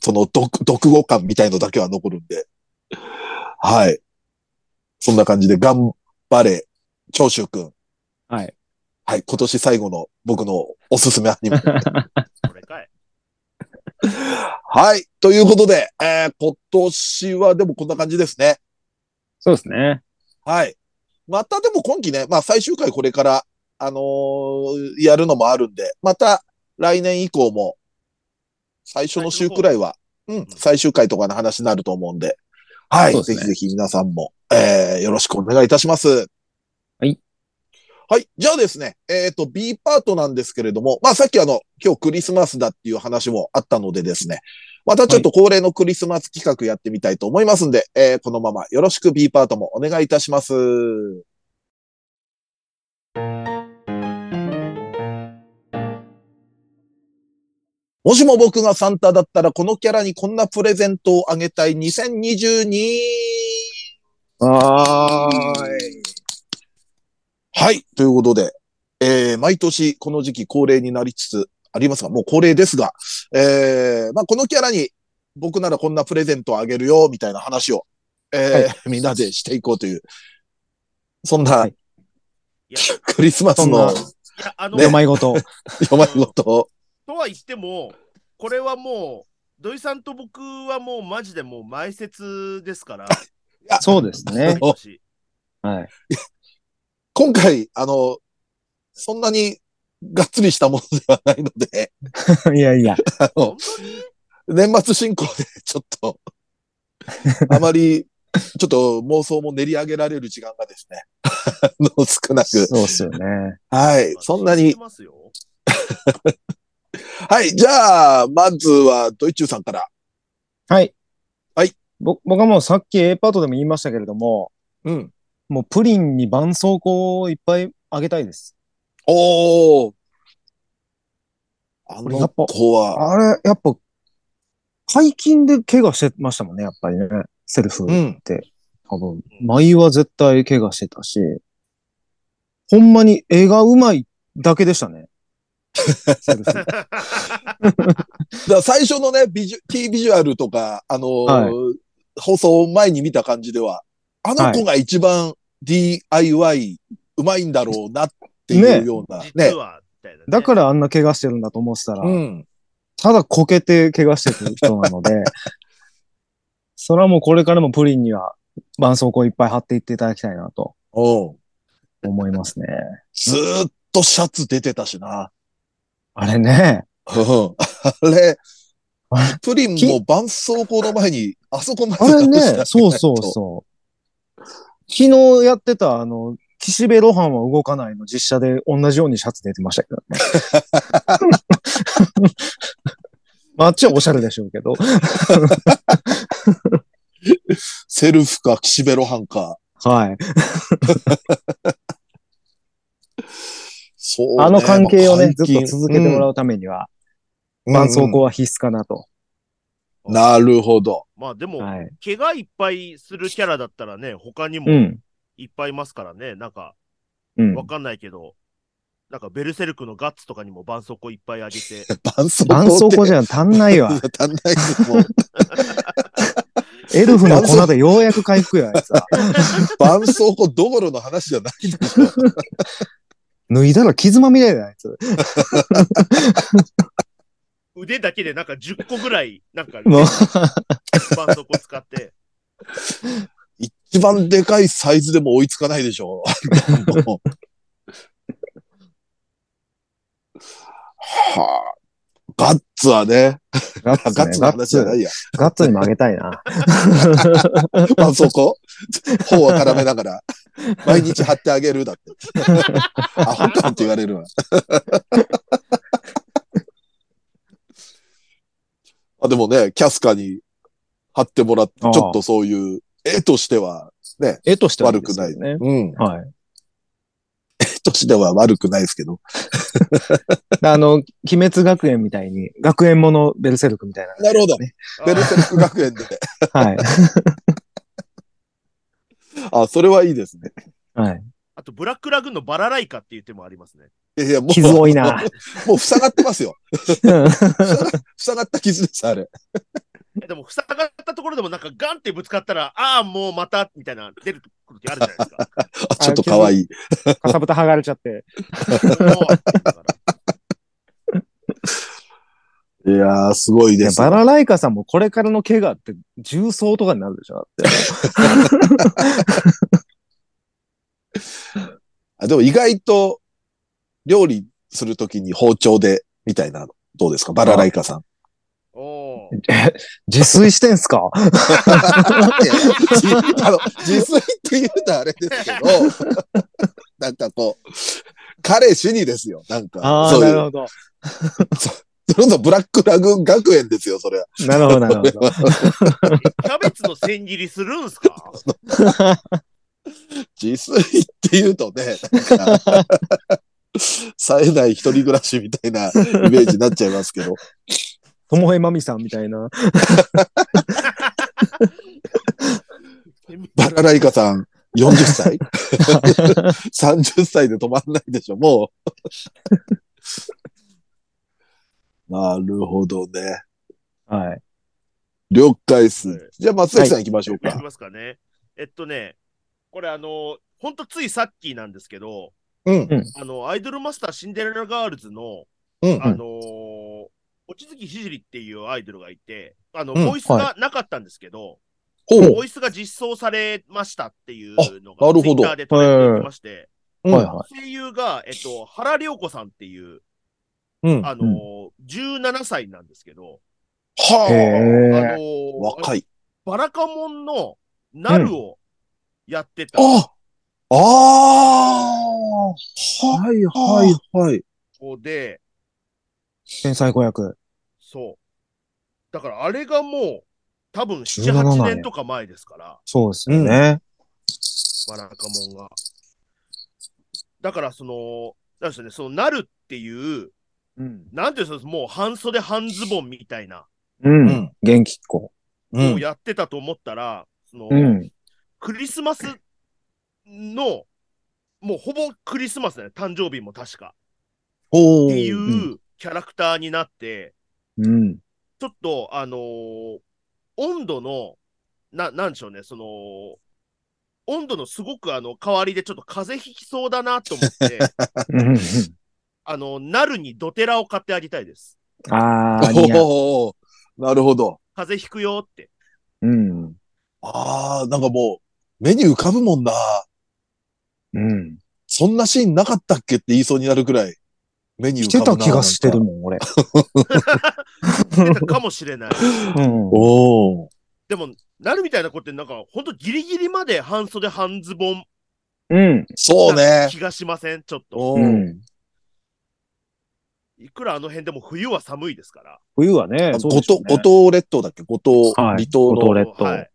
[SPEAKER 2] その読、読語感みたいのだけは残るんで、はい。そんな感じで頑張れ、長州くん。
[SPEAKER 3] はい。
[SPEAKER 2] はい、今年最後の僕のおすすめアニメ。
[SPEAKER 4] これ かい。
[SPEAKER 2] はい、ということで、えー、今年はでもこんな感じですね。
[SPEAKER 3] そうですね。
[SPEAKER 2] はい。またでも今期ね、まあ最終回これから、あのーやるのもあるんで、また来年以降も、最初の週くらいは、うん、最終回とかの話になると思うんで、はい、
[SPEAKER 3] そうで
[SPEAKER 2] ぜ
[SPEAKER 3] す
[SPEAKER 2] ひ
[SPEAKER 3] ね
[SPEAKER 2] ぜひ皆さんも、えー、よろしくお願いいたします。
[SPEAKER 3] はい。
[SPEAKER 2] はい。じゃあですね、えっ、と、B パートなんですけれども、まあさっきあの、今日クリスマスだっていう話もあったのでですね、またちょっと恒例のクリスマス企画やってみたいと思いますんで、えーこのままよろしく B パートもお願いいたします。もしも僕がサンタだったらこのキャラにこんなプレゼントをあげたい2022。
[SPEAKER 3] は
[SPEAKER 2] はい。ということで、えー毎年この時期恒例になりつつありますが、もう恒例ですが、えーまあ、このキャラに僕ならこんなプレゼントをあげるよ、みたいな話を、えー
[SPEAKER 3] は
[SPEAKER 2] みんなでしていこうという、そんな
[SPEAKER 3] はい
[SPEAKER 4] いや
[SPEAKER 2] クリスマスの
[SPEAKER 3] そん
[SPEAKER 4] いや、あの、
[SPEAKER 3] い。うまいこと。
[SPEAKER 2] 読まい事を、
[SPEAKER 4] とは言っても、これはもう、土井さんと僕はもうマジでもう前説ですから、
[SPEAKER 3] そうです ね
[SPEAKER 4] 毎。年
[SPEAKER 3] はい。
[SPEAKER 2] 今回、あの、そんなにがっつりしたものではないので、
[SPEAKER 3] いやいや。
[SPEAKER 4] 本当に
[SPEAKER 2] 年末進行でちょっ と、あまり、ちょっと妄想も練り上げられる時間がですね、 あの少なく、
[SPEAKER 3] そうっすよね。
[SPEAKER 2] はい、そんなに
[SPEAKER 4] 知ってますよ
[SPEAKER 2] はい、じゃあ、まずは、ドイチューさんから。
[SPEAKER 3] はい。
[SPEAKER 2] はい。
[SPEAKER 3] ぼ、僕はもうさっき A パートでも言いましたけれども、
[SPEAKER 2] うん。
[SPEAKER 3] もうプリンに絆創膏をいっぱいあげたいです。
[SPEAKER 2] おー。あ
[SPEAKER 3] や
[SPEAKER 2] の
[SPEAKER 3] っぱ
[SPEAKER 2] 子は、
[SPEAKER 3] あれ、やっぱ、解禁で怪我してましたもんね、やっぱりね。セルフ。
[SPEAKER 2] うん。
[SPEAKER 3] 多分。舞は絶対怪我してたし、ほんまに絵が上手いだけでしたね。セルフ
[SPEAKER 2] だから最初のね、ビジュ、T ビジュアルとか、あのー
[SPEAKER 3] はい
[SPEAKER 2] 放送前に見た感じでは、あの子が一番 DIY うまいんだろうなっていうような、ね。
[SPEAKER 4] 実は、みたいなね
[SPEAKER 3] だからあんな怪我してるんだと思ってたら、
[SPEAKER 2] うん。
[SPEAKER 3] ただこけて怪我してくる人なので、それはもうこれからもプリンには絆創膏いっぱい貼っていっていただきたいなと
[SPEAKER 2] おう
[SPEAKER 3] 思いますね。
[SPEAKER 2] ずーっとシャツ出てたしな。
[SPEAKER 3] あれね、
[SPEAKER 2] うん あれ
[SPEAKER 3] あ、
[SPEAKER 2] プリン
[SPEAKER 3] き
[SPEAKER 2] も絆創膏の前に、あそこまで
[SPEAKER 3] あ れ
[SPEAKER 2] 出した
[SPEAKER 3] ね、
[SPEAKER 2] ね
[SPEAKER 3] そうそうそう。昨日やってたあの、岸辺露伴は動かないの実写で同じようにシャツ出てましたけど ね。まあ、あっちはおしゃれでしょうけど。
[SPEAKER 2] セルフか、岸辺露伴か。
[SPEAKER 3] はい。
[SPEAKER 2] そう、
[SPEAKER 3] あの関係をね、ずっと続けてもら
[SPEAKER 2] う。
[SPEAKER 3] うためには、
[SPEAKER 2] うん
[SPEAKER 3] 絆創膏は必須かなと。
[SPEAKER 2] うんなるほど。
[SPEAKER 4] まあでも、
[SPEAKER 3] はい。
[SPEAKER 4] 怪我いっぱいするキャラだったらね、他に
[SPEAKER 3] う
[SPEAKER 4] も
[SPEAKER 3] ん。
[SPEAKER 4] いっぱいいますからね、なんか、
[SPEAKER 3] うん。
[SPEAKER 4] わかんないけど、なんかベルセルクのガッツとかにも絆創膏いっぱいあげ
[SPEAKER 2] 絆
[SPEAKER 4] て、
[SPEAKER 2] 創膏
[SPEAKER 3] 絆創
[SPEAKER 2] って
[SPEAKER 3] 膏じゃ足んないわ。
[SPEAKER 2] 足ん ないけど、
[SPEAKER 3] エルフの粉でようやく回復や、あいつは。
[SPEAKER 2] 絆創膏どころの話じゃない。
[SPEAKER 3] 脱いだら傷まみれだよ、あいつ。
[SPEAKER 4] 腕だけでなんか10個ぐらい、なんか、
[SPEAKER 3] もう
[SPEAKER 4] 絆創膏 使って、
[SPEAKER 2] 一番でかいサイズでも追いつかないでしょ。 はあ。ガッツはね、
[SPEAKER 3] ガッツ、ね、
[SPEAKER 2] ガッツの話じゃないや。
[SPEAKER 3] ガッツにもあげたいな。
[SPEAKER 2] 絆創膏頬を絡めなが ら、毎日貼ってあげるだって。アホかんって言われ るわ。あでもね、キャスカに貼ってもらって、ち
[SPEAKER 3] ああ
[SPEAKER 2] ょっとそういう絵としては、
[SPEAKER 3] 絵としては
[SPEAKER 2] 悪くない。
[SPEAKER 3] ですよね。
[SPEAKER 2] うん。
[SPEAKER 3] はい。
[SPEAKER 2] 絵としては悪くないですけど。
[SPEAKER 3] あの、鬼滅学園みたいに、学園ものベルセルクみたいな。
[SPEAKER 2] なるほど。
[SPEAKER 4] あー
[SPEAKER 2] ベルセルク学園で。
[SPEAKER 3] はい。
[SPEAKER 2] あ、それはいいですね。
[SPEAKER 3] はい。
[SPEAKER 4] あとブラックラグーンのバラライカっていう手もありますね。
[SPEAKER 2] いやいや、もう。
[SPEAKER 3] 傷多いな。
[SPEAKER 2] もう塞がってますよ。
[SPEAKER 3] うん
[SPEAKER 2] 塞がった傷です、あれ。
[SPEAKER 4] でも、塞がったところでもなんかガンってぶつかったら、ああ、もうまた、みたいな、出る時あるじゃないですか。
[SPEAKER 2] あ、ちょっと可愛い。
[SPEAKER 3] かさぶた剥がれちゃって。
[SPEAKER 4] もうだから
[SPEAKER 2] いやー、すごい
[SPEAKER 3] い
[SPEAKER 2] で
[SPEAKER 3] や、
[SPEAKER 2] す。
[SPEAKER 3] バラライカさんもこれからの怪我って重曹とかになるでしょだって
[SPEAKER 2] あでも意外と、料理するときに包丁で、みたいなの、どうですかバラライカさん。
[SPEAKER 4] おー
[SPEAKER 3] え自炊してんすか
[SPEAKER 2] いやじあの自炊って言うとあれですけど、なんかこう、彼氏にですよ。なん
[SPEAKER 3] あ
[SPEAKER 2] か、
[SPEAKER 3] あ、
[SPEAKER 2] そうい
[SPEAKER 3] なる
[SPEAKER 2] う。
[SPEAKER 3] ほど。
[SPEAKER 2] それこそブラックラグーン学園ですよ、それは。
[SPEAKER 3] なるほど、なるほど。
[SPEAKER 4] キャベツの千切りするんすか
[SPEAKER 2] 自炊って言うとね、なんか、冴えない一人暮らしみたいなイメージになっちゃいます けど。
[SPEAKER 3] ともへまみさんみたいな。
[SPEAKER 2] バラライカさん、40歳 ?30 歳で止まんないでしょ、も う。なるほどね。
[SPEAKER 3] はい。
[SPEAKER 2] 了解っす。じゃあ、松崎さん行きましょう
[SPEAKER 4] いき
[SPEAKER 2] か。
[SPEAKER 4] ますかね。えっとね、これあの、ほんとついさっきなんですけど、
[SPEAKER 2] うん。
[SPEAKER 4] あの、アイドルマスターシンデレラガールズの、
[SPEAKER 2] うん
[SPEAKER 4] あのー、落ち月ひじりっていうアイドルがいて、あの、
[SPEAKER 2] うん
[SPEAKER 4] ボイスがなかったんですけど、
[SPEAKER 2] ほう。
[SPEAKER 4] ボイスが実装されましたっていうの
[SPEAKER 2] あな
[SPEAKER 4] が、
[SPEAKER 2] る
[SPEAKER 4] ツイ
[SPEAKER 2] ほど
[SPEAKER 4] ッターで取れてきまして、
[SPEAKER 2] うん
[SPEAKER 3] はいは
[SPEAKER 4] 声優が、えっと、原涼子さんっていう、
[SPEAKER 2] うん。は
[SPEAKER 4] あのー、17歳なんですけど、
[SPEAKER 3] い。
[SPEAKER 2] あ。
[SPEAKER 4] あの
[SPEAKER 3] へえ。
[SPEAKER 4] ー、
[SPEAKER 2] 若い。
[SPEAKER 4] バラカモンのナルをやってた、
[SPEAKER 2] あああはいはいはい。
[SPEAKER 4] 子で、
[SPEAKER 3] 天才子役。
[SPEAKER 4] そう。だからあれがもう、多分7、
[SPEAKER 3] 17
[SPEAKER 4] 8
[SPEAKER 3] なんや
[SPEAKER 4] 年とか前ですから、
[SPEAKER 3] そうですよね。
[SPEAKER 4] バラカモンが。だからその、なんですよね、そのなるっていう、
[SPEAKER 3] うん。
[SPEAKER 4] なんていうんですか、もう半袖半ズボンみたいな、
[SPEAKER 3] う。
[SPEAKER 2] うんん。
[SPEAKER 3] 元気っ子。
[SPEAKER 2] う
[SPEAKER 4] を
[SPEAKER 2] ん。
[SPEAKER 4] やってたと思ったら、その、
[SPEAKER 3] うん。
[SPEAKER 4] クリスマスの、もうほぼクリスマスだね、誕生日も確か。
[SPEAKER 2] ほ。
[SPEAKER 4] っていううキャラクターになって、
[SPEAKER 3] うん。
[SPEAKER 4] ちょっと、あのー温度の、な、なんでしょうね、その、温度のすごくあの、変わりでちょっと風邪ひきそうだなと思って、
[SPEAKER 3] うん
[SPEAKER 4] あの、なるにドテラを買ってあげたいです。
[SPEAKER 3] ああ、似合う。
[SPEAKER 2] おおなるほど。
[SPEAKER 4] 風邪ひくよ って。
[SPEAKER 3] うん。
[SPEAKER 2] ああ、なんかもう、目に浮かぶもんな。
[SPEAKER 3] うん。
[SPEAKER 2] そんなシーンなかったっけって言いそうになるくらい、目に浮
[SPEAKER 3] 来
[SPEAKER 2] か
[SPEAKER 3] て
[SPEAKER 2] ぶな。
[SPEAKER 3] た気がして
[SPEAKER 2] な
[SPEAKER 3] る
[SPEAKER 2] んか。
[SPEAKER 3] もん、俺。
[SPEAKER 4] 言ってたかもしれない。
[SPEAKER 3] うん。
[SPEAKER 2] おお。
[SPEAKER 4] でも、なるみたいな子ってなんか、ほんとギリギリまで半袖半ズボン
[SPEAKER 3] うん。
[SPEAKER 2] そう
[SPEAKER 4] な
[SPEAKER 2] ね。
[SPEAKER 4] 気がしません、ちょっと。
[SPEAKER 2] おお、
[SPEAKER 3] うん。
[SPEAKER 4] いくらあの辺でも冬は寒いですから。
[SPEAKER 3] 冬はね、
[SPEAKER 2] あ
[SPEAKER 3] そう
[SPEAKER 2] 五
[SPEAKER 3] でしょ
[SPEAKER 2] 島
[SPEAKER 3] うね
[SPEAKER 2] 五島列島だっけ五島、
[SPEAKER 3] はい
[SPEAKER 2] 離島
[SPEAKER 3] 五島
[SPEAKER 2] の。
[SPEAKER 3] 列島
[SPEAKER 4] はい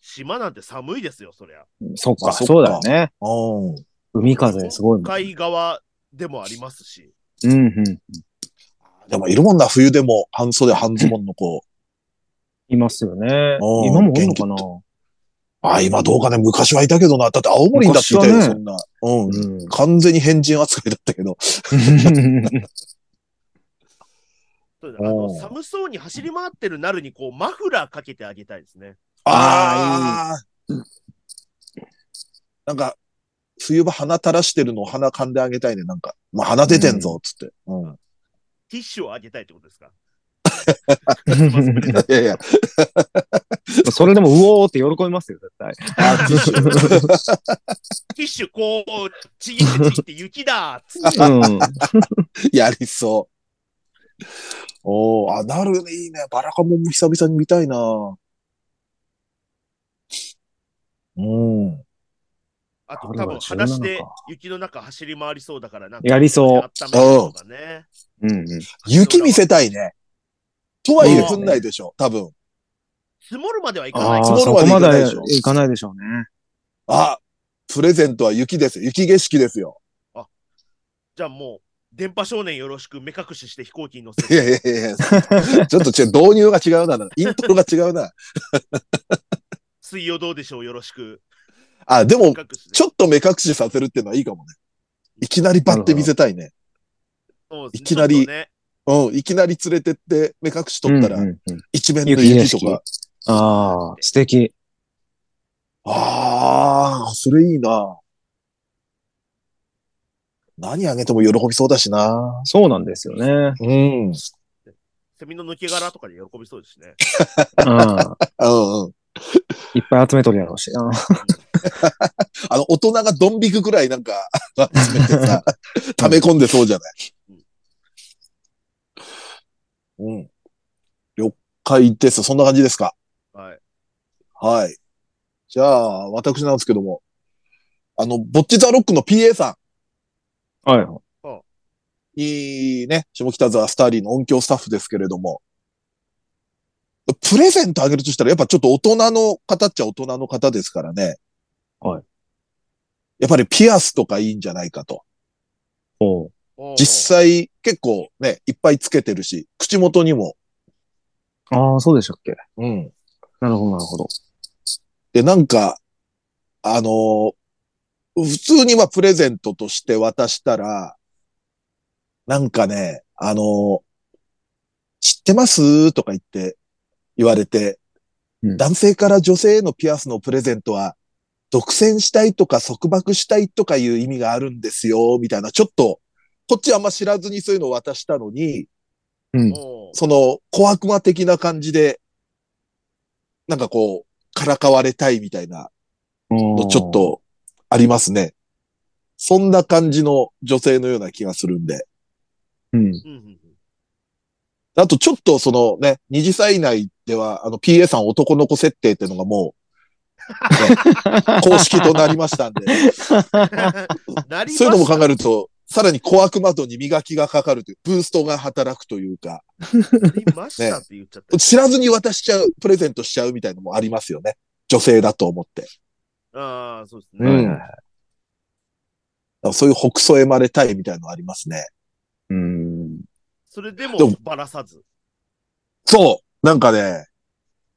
[SPEAKER 4] 島なんて寒いですよ、そりゃ。
[SPEAKER 3] そっ
[SPEAKER 2] あ
[SPEAKER 3] か、
[SPEAKER 2] そっか
[SPEAKER 3] そうだよね。
[SPEAKER 2] うん
[SPEAKER 3] 海風すごいもん。
[SPEAKER 4] 海側でもありますし。
[SPEAKER 3] うんうん。
[SPEAKER 2] でもいるもんな、冬でも半袖半ズボンの子。
[SPEAKER 3] いますよね。
[SPEAKER 2] おー
[SPEAKER 3] 今もおるのかな
[SPEAKER 2] ああ、今どうかね、昔はいたけどな。だって青森にだっていたよ、
[SPEAKER 3] 昔はね
[SPEAKER 2] そんな。うん。
[SPEAKER 3] うん。
[SPEAKER 2] 完全に変人扱いだったけど。
[SPEAKER 4] そうですねあの
[SPEAKER 2] おー
[SPEAKER 4] 寒そうに走り回ってるなるにこうマフラーかけてあげたいですね。
[SPEAKER 2] ああ。なんか、冬場鼻垂らしてるのを鼻噛んであげたいね、なんか。まあ、鼻出てんぞ、つって。うん。
[SPEAKER 4] ティッシュをあげたいってことですかクリスマスプレゼント
[SPEAKER 2] いやいや。
[SPEAKER 3] それでも、うおーって喜びますよ、絶対。
[SPEAKER 2] あティッシュ
[SPEAKER 4] ティッシュこう、ちぎってちぎって雪だーっつって
[SPEAKER 3] うん。
[SPEAKER 2] やりそう。おおあ、なるね、いいね。バラカモンも久々に見たいなうん。
[SPEAKER 4] あと
[SPEAKER 3] 春は
[SPEAKER 4] 多分裸足
[SPEAKER 3] 17
[SPEAKER 4] で
[SPEAKER 3] か
[SPEAKER 4] 雪の中走り回りそうだからなんか
[SPEAKER 3] やりそう
[SPEAKER 4] 温めるとかね。
[SPEAKER 3] うん。
[SPEAKER 2] 雪見せたいね。とはいえ降んないでしょ、多分。
[SPEAKER 4] 積もるまではいかな
[SPEAKER 3] あ
[SPEAKER 4] い
[SPEAKER 3] あ、
[SPEAKER 4] け
[SPEAKER 2] ー
[SPEAKER 4] ど、
[SPEAKER 3] そ
[SPEAKER 2] そ
[SPEAKER 3] こ
[SPEAKER 2] こ
[SPEAKER 3] ま
[SPEAKER 2] までいかない
[SPEAKER 3] で
[SPEAKER 2] でしょ
[SPEAKER 3] いかないでしょうね。
[SPEAKER 2] あ、プレゼントは雪ですよ。雪景色ですよ。
[SPEAKER 4] じゃあもう、電波少年よろしく目隠しして飛行機に乗せ
[SPEAKER 2] い
[SPEAKER 4] て。
[SPEAKER 2] やいやいやいやちょっと違う。導入が違うな。 イントロが違うな。
[SPEAKER 4] 水曜どうでしょうよろしく。
[SPEAKER 2] あ、で
[SPEAKER 4] 目
[SPEAKER 2] も、
[SPEAKER 4] 隠しで
[SPEAKER 2] ちょっと目隠しさせるっていうのはいいかもね。いきなりバッて見せたいね。
[SPEAKER 4] そうですね
[SPEAKER 2] いきなり
[SPEAKER 4] ちょっとね
[SPEAKER 2] うん。いきなり連れてって目隠し取ったら
[SPEAKER 3] うん、うんうん
[SPEAKER 2] 一面の雪と
[SPEAKER 3] 雪景色
[SPEAKER 2] か。
[SPEAKER 3] ああ、素敵。
[SPEAKER 2] ああ、それいいな。何あげても喜びそうだしな。
[SPEAKER 3] そうなんですよね。
[SPEAKER 2] うん。うんうん。
[SPEAKER 4] セミの抜け殻とかで喜びそうですね。
[SPEAKER 3] うん。
[SPEAKER 2] あ
[SPEAKER 3] いっぱい集めとるやろうし。うん
[SPEAKER 2] の、大人がドン引くくらいなんか、集めて さ、溜め込んでそうじゃない。うん。了解です。そんな感じですか。
[SPEAKER 4] はい。
[SPEAKER 2] はい。じゃあ、私なんですけども、あの、ボッチザロックの PA さん。
[SPEAKER 3] はい。
[SPEAKER 2] にね、下北沢スターリーの音響スタッフですけれども、プレゼントあげるとしたら、やっぱちょっと大人の方っちゃ大人の方ですからね。
[SPEAKER 3] はい。
[SPEAKER 2] やっぱりピアスとかいいんじゃないかと。
[SPEAKER 3] おう
[SPEAKER 4] おー
[SPEAKER 2] 実際結構ね、いっぱいつけてるし、口元にも。
[SPEAKER 3] ああ、そうでしたっけ。
[SPEAKER 2] うん。
[SPEAKER 3] なるほど、なるほど。
[SPEAKER 2] で、なんか、あのー普通にはプレゼントとして渡したら、なんかね、あのー知ってますとか言って、言われて、
[SPEAKER 3] うん
[SPEAKER 2] 男性から女性へのピアスのプレゼントは、独占したいとか束縛したいとかいう意味があるんですよ、みたいな、ちょっと、こっちあんま知らずにそういうのを渡したのに、
[SPEAKER 3] うん。
[SPEAKER 4] お ー
[SPEAKER 2] その、小悪魔的な感じで、なんかこう、からかわれたいみたいなのちょっとありますね。そんな感じの女性のような気がするんで。
[SPEAKER 3] うん。
[SPEAKER 4] うんうんうん
[SPEAKER 2] あとちょっとそのね、二次災害では、あの PA さん男の子設定っていうのがもう、ね公式となりましたんで、
[SPEAKER 4] なりまし
[SPEAKER 2] そ
[SPEAKER 4] た
[SPEAKER 2] ういうのも考えると、さらに小悪魔度に磨きがかかるという、ブーストが働くというか、
[SPEAKER 4] ありましたって言っちゃった。
[SPEAKER 2] 知らずに渡しちゃう、プレゼントしちゃうみたいのもありますよね。女性だと思って。だか
[SPEAKER 4] ああ、そうです
[SPEAKER 3] うん
[SPEAKER 4] ね。
[SPEAKER 2] うんらそういう北添えまれたいみたいのありますね。
[SPEAKER 3] うん。
[SPEAKER 4] それ
[SPEAKER 2] で
[SPEAKER 4] でも
[SPEAKER 2] も
[SPEAKER 4] ばらさず。
[SPEAKER 2] そうなんかね、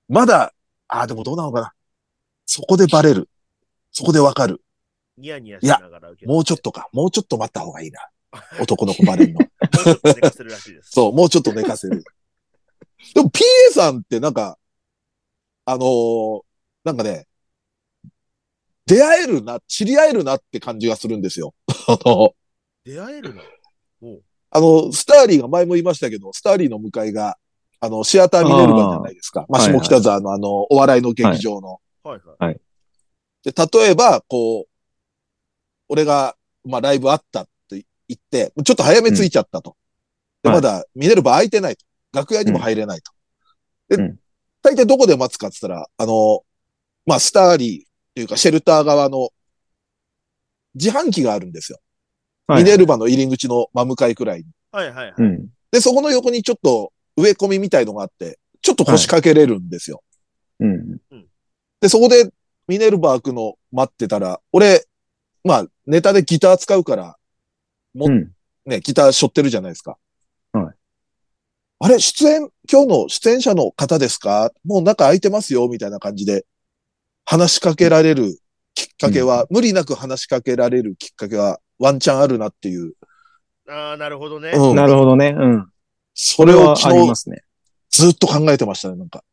[SPEAKER 2] まだ、ああ、でもどうなのかな。そこでバレる。そこでわかる。
[SPEAKER 4] ニヤニヤしながら受け
[SPEAKER 2] もうちょっとか。もうちょっと待った方がいいな。男の子バレ るの。
[SPEAKER 4] と。もうちょっと寝かせるらしいです。
[SPEAKER 2] そう、もうちょっと寝かせる。でも PA さんってなんか、あのーなんかね、出会えるな、知り合えるなって感じがするんですよ。あの、
[SPEAKER 4] 出会えるな。おう
[SPEAKER 2] あの、スターリーが前も言いましたけど、スターリーの向かいが、あの、シアターミネルバじゃないですか。まあ、
[SPEAKER 3] はいはい
[SPEAKER 2] 下北沢のあの、お笑いの劇場の。
[SPEAKER 4] はいはい。
[SPEAKER 2] で、例えば、こう、俺が、まあ、ライブあったって言って、ちょっと早め着いちゃったと。で、
[SPEAKER 3] うんは
[SPEAKER 2] ま
[SPEAKER 3] い
[SPEAKER 2] だ、ミネルバ空いてないと。楽屋にも入れないと。
[SPEAKER 3] う
[SPEAKER 2] で、
[SPEAKER 3] ん
[SPEAKER 2] 大体どこで待つかって言ったら、あの、まあ、スターリーっていうか、シェルター側の自販機があるんですよ。
[SPEAKER 3] はい
[SPEAKER 2] ミネルバの入り口の真向かいくらいに。
[SPEAKER 4] はいはいはい。
[SPEAKER 3] うん。
[SPEAKER 2] で、そこの横にちょっと植え込みみたいのがあって、ちょっと腰掛けれるんですよ。
[SPEAKER 3] うん。
[SPEAKER 2] で、そこでミネルバーくの待ってたら、俺、まあ、ネタでギター使うから、
[SPEAKER 3] うん。
[SPEAKER 2] ね、ギター背負ってるじゃないですか。
[SPEAKER 3] はい。
[SPEAKER 2] あれ、出演、今日の出演者の方ですかもう中空いてますよ、みたいな感じで、話しかけられるきっかけは、無理なく話しかけられるきっかけは、ワンチャンあるなっていう。
[SPEAKER 4] ああ、なるほどね。
[SPEAKER 2] うん。
[SPEAKER 3] なるほどね。うん。
[SPEAKER 2] それを
[SPEAKER 3] あ
[SPEAKER 2] 昨
[SPEAKER 3] り
[SPEAKER 2] 日
[SPEAKER 3] ますね。
[SPEAKER 2] ずっと考えてましたね、なんか。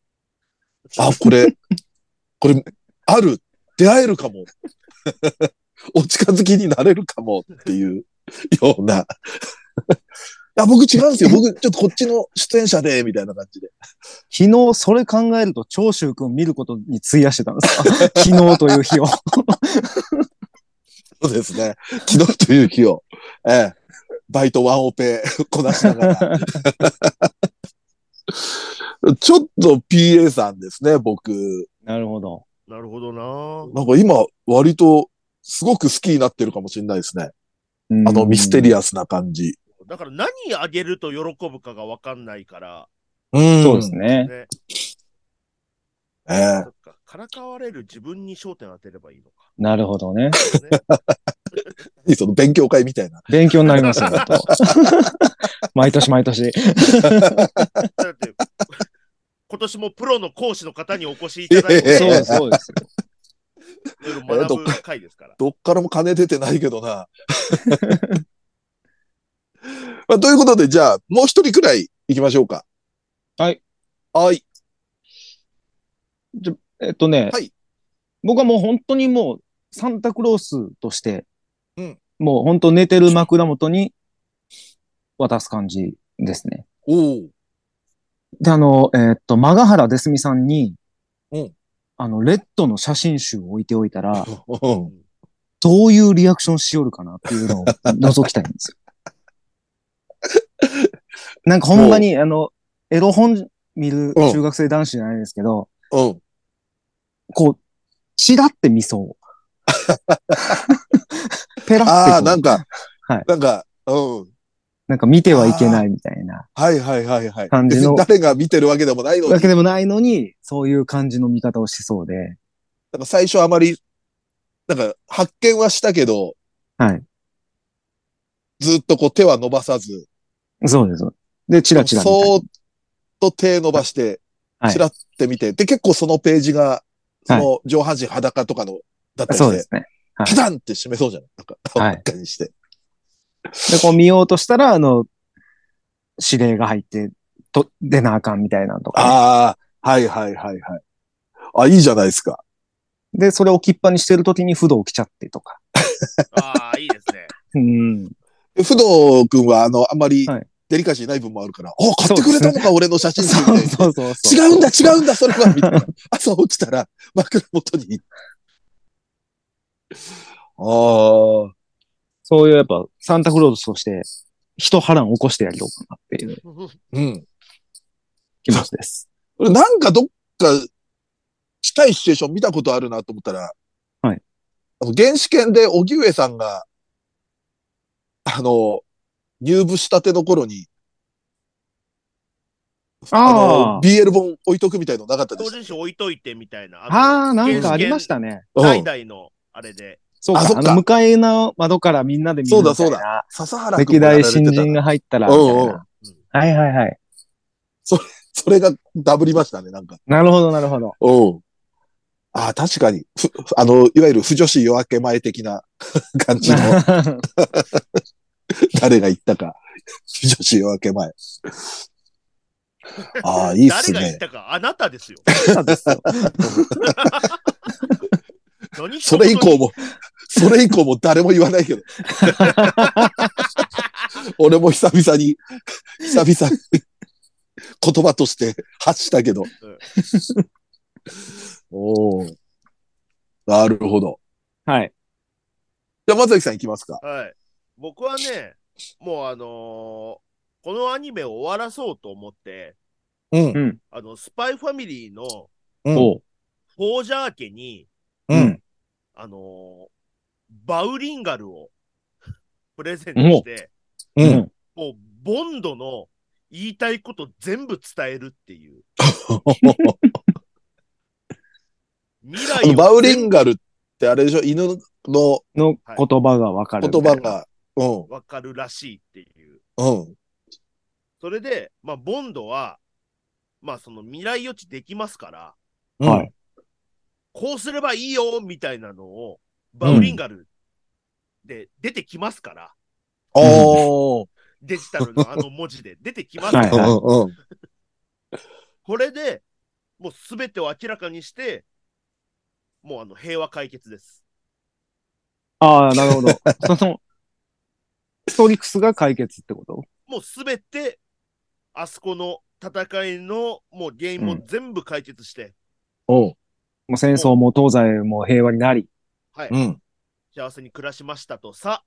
[SPEAKER 2] あ、これ、これ、ある、出会えるかも。 お近づきになれるかもっていうような。いや、僕違うんですよ。僕、ちょっとこっちの出演者で、みたいな感じで。
[SPEAKER 3] 昨日それ考えると長州くん見ることに費やしてたんです か昨日という日を。
[SPEAKER 2] そうですね。昨日という日を、ええ、バイトワンオペこなしながら。 ちょっと PA さんですね、僕。
[SPEAKER 3] なるほど。
[SPEAKER 4] なるほどなー。
[SPEAKER 2] なんか今、割と、すごく好きになってるかもしれないですね。あのミステ
[SPEAKER 3] ア
[SPEAKER 2] リアスな感じ。
[SPEAKER 4] だから何あげると喜ぶかがわかんないから、
[SPEAKER 2] うん
[SPEAKER 3] そうです。ね。
[SPEAKER 4] ね。
[SPEAKER 2] ええ
[SPEAKER 4] そっか。からかわれる自分に焦点当てればいいのか。
[SPEAKER 3] なるほどね。
[SPEAKER 4] ね
[SPEAKER 2] 何その勉強会みたいな。
[SPEAKER 3] 勉強になりますよ、本 当毎年毎年。
[SPEAKER 4] だって、 今年もプロの講師の方にお越しいただい
[SPEAKER 2] え
[SPEAKER 4] て、
[SPEAKER 2] え
[SPEAKER 3] そうです、そうです。
[SPEAKER 4] いろいろ学ぶ回ですから。
[SPEAKER 2] どっからも金出てないけどな。 まあ、ということで、じゃあ、もう一人くらい行きましょうか。
[SPEAKER 3] はい。
[SPEAKER 2] はい。
[SPEAKER 3] えっとね、
[SPEAKER 2] はい
[SPEAKER 3] 僕はもう本当にもうサンタクロースとして、
[SPEAKER 2] うん
[SPEAKER 3] もう本当寝てる枕元に渡す感じですね。
[SPEAKER 2] おお。
[SPEAKER 3] で、あの、えっと、マガハラデスミさんに、
[SPEAKER 2] うん
[SPEAKER 3] あの、レッドの写真集を置いておいたら、
[SPEAKER 2] うん
[SPEAKER 3] どういうリアクションしよるかなっていう のを覗きたいんですよ。なんかほんまに、あの、エロ本見る中学生男子じゃないですけど、
[SPEAKER 2] うん。
[SPEAKER 3] こう、チラって見 そう。ペラってこう
[SPEAKER 2] ああ、なんか、
[SPEAKER 3] はい
[SPEAKER 2] なんか、うん。
[SPEAKER 3] なんか見てはいけないみたいな
[SPEAKER 2] はいはいはいはい。
[SPEAKER 3] 感じ
[SPEAKER 2] 別
[SPEAKER 3] の
[SPEAKER 2] に誰が見てるわけでもないのに、な
[SPEAKER 3] わ
[SPEAKER 2] ん
[SPEAKER 3] けでもないのに、そういう感じの見方をしそうで。
[SPEAKER 2] か最初あまり、なんか発見はしたけど、
[SPEAKER 3] はい。
[SPEAKER 2] ずっとこう手は伸ばさず、
[SPEAKER 3] そうです。で、チラチラ見たり
[SPEAKER 2] そーっと手伸ばして、
[SPEAKER 3] はい
[SPEAKER 2] チラって見て、で、結構そのページが、その上半身裸とかの、だったり
[SPEAKER 3] そう
[SPEAKER 2] し
[SPEAKER 3] で
[SPEAKER 2] て、
[SPEAKER 3] すね。はい
[SPEAKER 2] パタンって締めそうじゃないなんか、
[SPEAKER 3] はい
[SPEAKER 2] 真っ赤にして。
[SPEAKER 3] で、こう見ようとしたら、あの、指令が入って、と、出なあかんみたいなのとかね、
[SPEAKER 2] ああ、はいはいはいはい。あ、いいじゃないですか。
[SPEAKER 3] で、それを置きっぱにしてる時に不動来ちゃってとか。
[SPEAKER 4] ああ、いいです ね。
[SPEAKER 3] うん。
[SPEAKER 2] で不動君は、あの、あんまり
[SPEAKER 3] はい、
[SPEAKER 2] デリカシーない分もあるから、お、買ってくれたのか、俺の写真集
[SPEAKER 3] そう
[SPEAKER 2] みたい
[SPEAKER 3] そうそうそ
[SPEAKER 2] な。
[SPEAKER 3] う。
[SPEAKER 2] 違うんだ、違うんだ、それは、みたいな。朝起きたら、枕元に。ああ。
[SPEAKER 3] そういうやっぱ、サンタクロースとして、人波乱を起こしてやりようかなっていう
[SPEAKER 2] うん。
[SPEAKER 3] 気持ちです。
[SPEAKER 2] 俺なんかどっか、近いシチュエーション見たことあるなと思ったら、
[SPEAKER 3] はい。
[SPEAKER 2] あの、原始圏で荻上さんが、あの、入部したての頃に、
[SPEAKER 3] ああ
[SPEAKER 2] の、BL 本置いとくみたいのなかったで
[SPEAKER 4] 同
[SPEAKER 2] す。
[SPEAKER 4] 人誌置いといてみたいな。。
[SPEAKER 3] ああ、なんかありましたたね。
[SPEAKER 2] うん
[SPEAKER 4] 代々のあれで。
[SPEAKER 3] そうか、
[SPEAKER 2] あ
[SPEAKER 3] あ
[SPEAKER 2] そっか
[SPEAKER 3] の、向かいの窓からみんなで見るみたいな。
[SPEAKER 2] そうだ笹原君
[SPEAKER 3] 歴
[SPEAKER 2] がやられて
[SPEAKER 3] 代
[SPEAKER 2] た
[SPEAKER 3] 新人が入ったら、み
[SPEAKER 2] う
[SPEAKER 3] た
[SPEAKER 2] んうん
[SPEAKER 3] いな。はいはいはい。
[SPEAKER 2] それがダブりましたね、なんか。
[SPEAKER 3] なるほど、なるほど。
[SPEAKER 2] うん。ああ、確かに。ふあの、いわゆる不女子夜明け前的な 感じの、 誰が言ったか。不女子夜明け前。ああ、いいっす
[SPEAKER 4] 誰が言
[SPEAKER 2] ね
[SPEAKER 4] っ。たか、あなたですよ。 何
[SPEAKER 2] それ以降 も、それ以降も誰も言わない けど。俺も久々に、久々に言葉として発したけど。おお。なるほど。
[SPEAKER 3] はい。
[SPEAKER 2] じゃあ、松崎さん行きますか。
[SPEAKER 4] はい。僕はね、もうあのーこのアニメを終わらそうと思って、
[SPEAKER 2] うん。
[SPEAKER 3] うん。
[SPEAKER 4] あの、スパイファミリーの
[SPEAKER 2] うん
[SPEAKER 3] おう。
[SPEAKER 4] フォージャー家に、
[SPEAKER 2] うん。
[SPEAKER 4] あのーバウリンガルを プレゼントして、
[SPEAKER 2] うん。
[SPEAKER 4] もう、ボンドの言いたいこと全部伝えるっていう。未来
[SPEAKER 2] あの
[SPEAKER 4] を
[SPEAKER 2] バウリンガルってあれでしょ犬の
[SPEAKER 3] の言葉がわかる。
[SPEAKER 2] 言葉。が、うん、
[SPEAKER 4] わかるらしいっていう。
[SPEAKER 2] うん、
[SPEAKER 4] それで、まあ、ボンドは、まあ、その未来予知できますから、
[SPEAKER 2] うん
[SPEAKER 3] はい。
[SPEAKER 4] こうすればいいよみたいなのを、バウリンガルで出てきますから、
[SPEAKER 2] あー
[SPEAKER 4] デジタルのあの文字で出てきますか
[SPEAKER 3] は
[SPEAKER 4] ら、
[SPEAKER 3] いはい。
[SPEAKER 2] うん、うん。
[SPEAKER 4] これでもうすべてを明らかにして、もうあの平和解決です。
[SPEAKER 3] ああ、なるほど。 その、ストリクスが解決ってこと
[SPEAKER 4] もうすべて、あそこの戦いのもう原因も全部解決して、
[SPEAKER 2] うん、
[SPEAKER 3] もう戦争も東西も平和になり。
[SPEAKER 4] はい、
[SPEAKER 2] うん。
[SPEAKER 4] 幸せに暮らしましたとさ、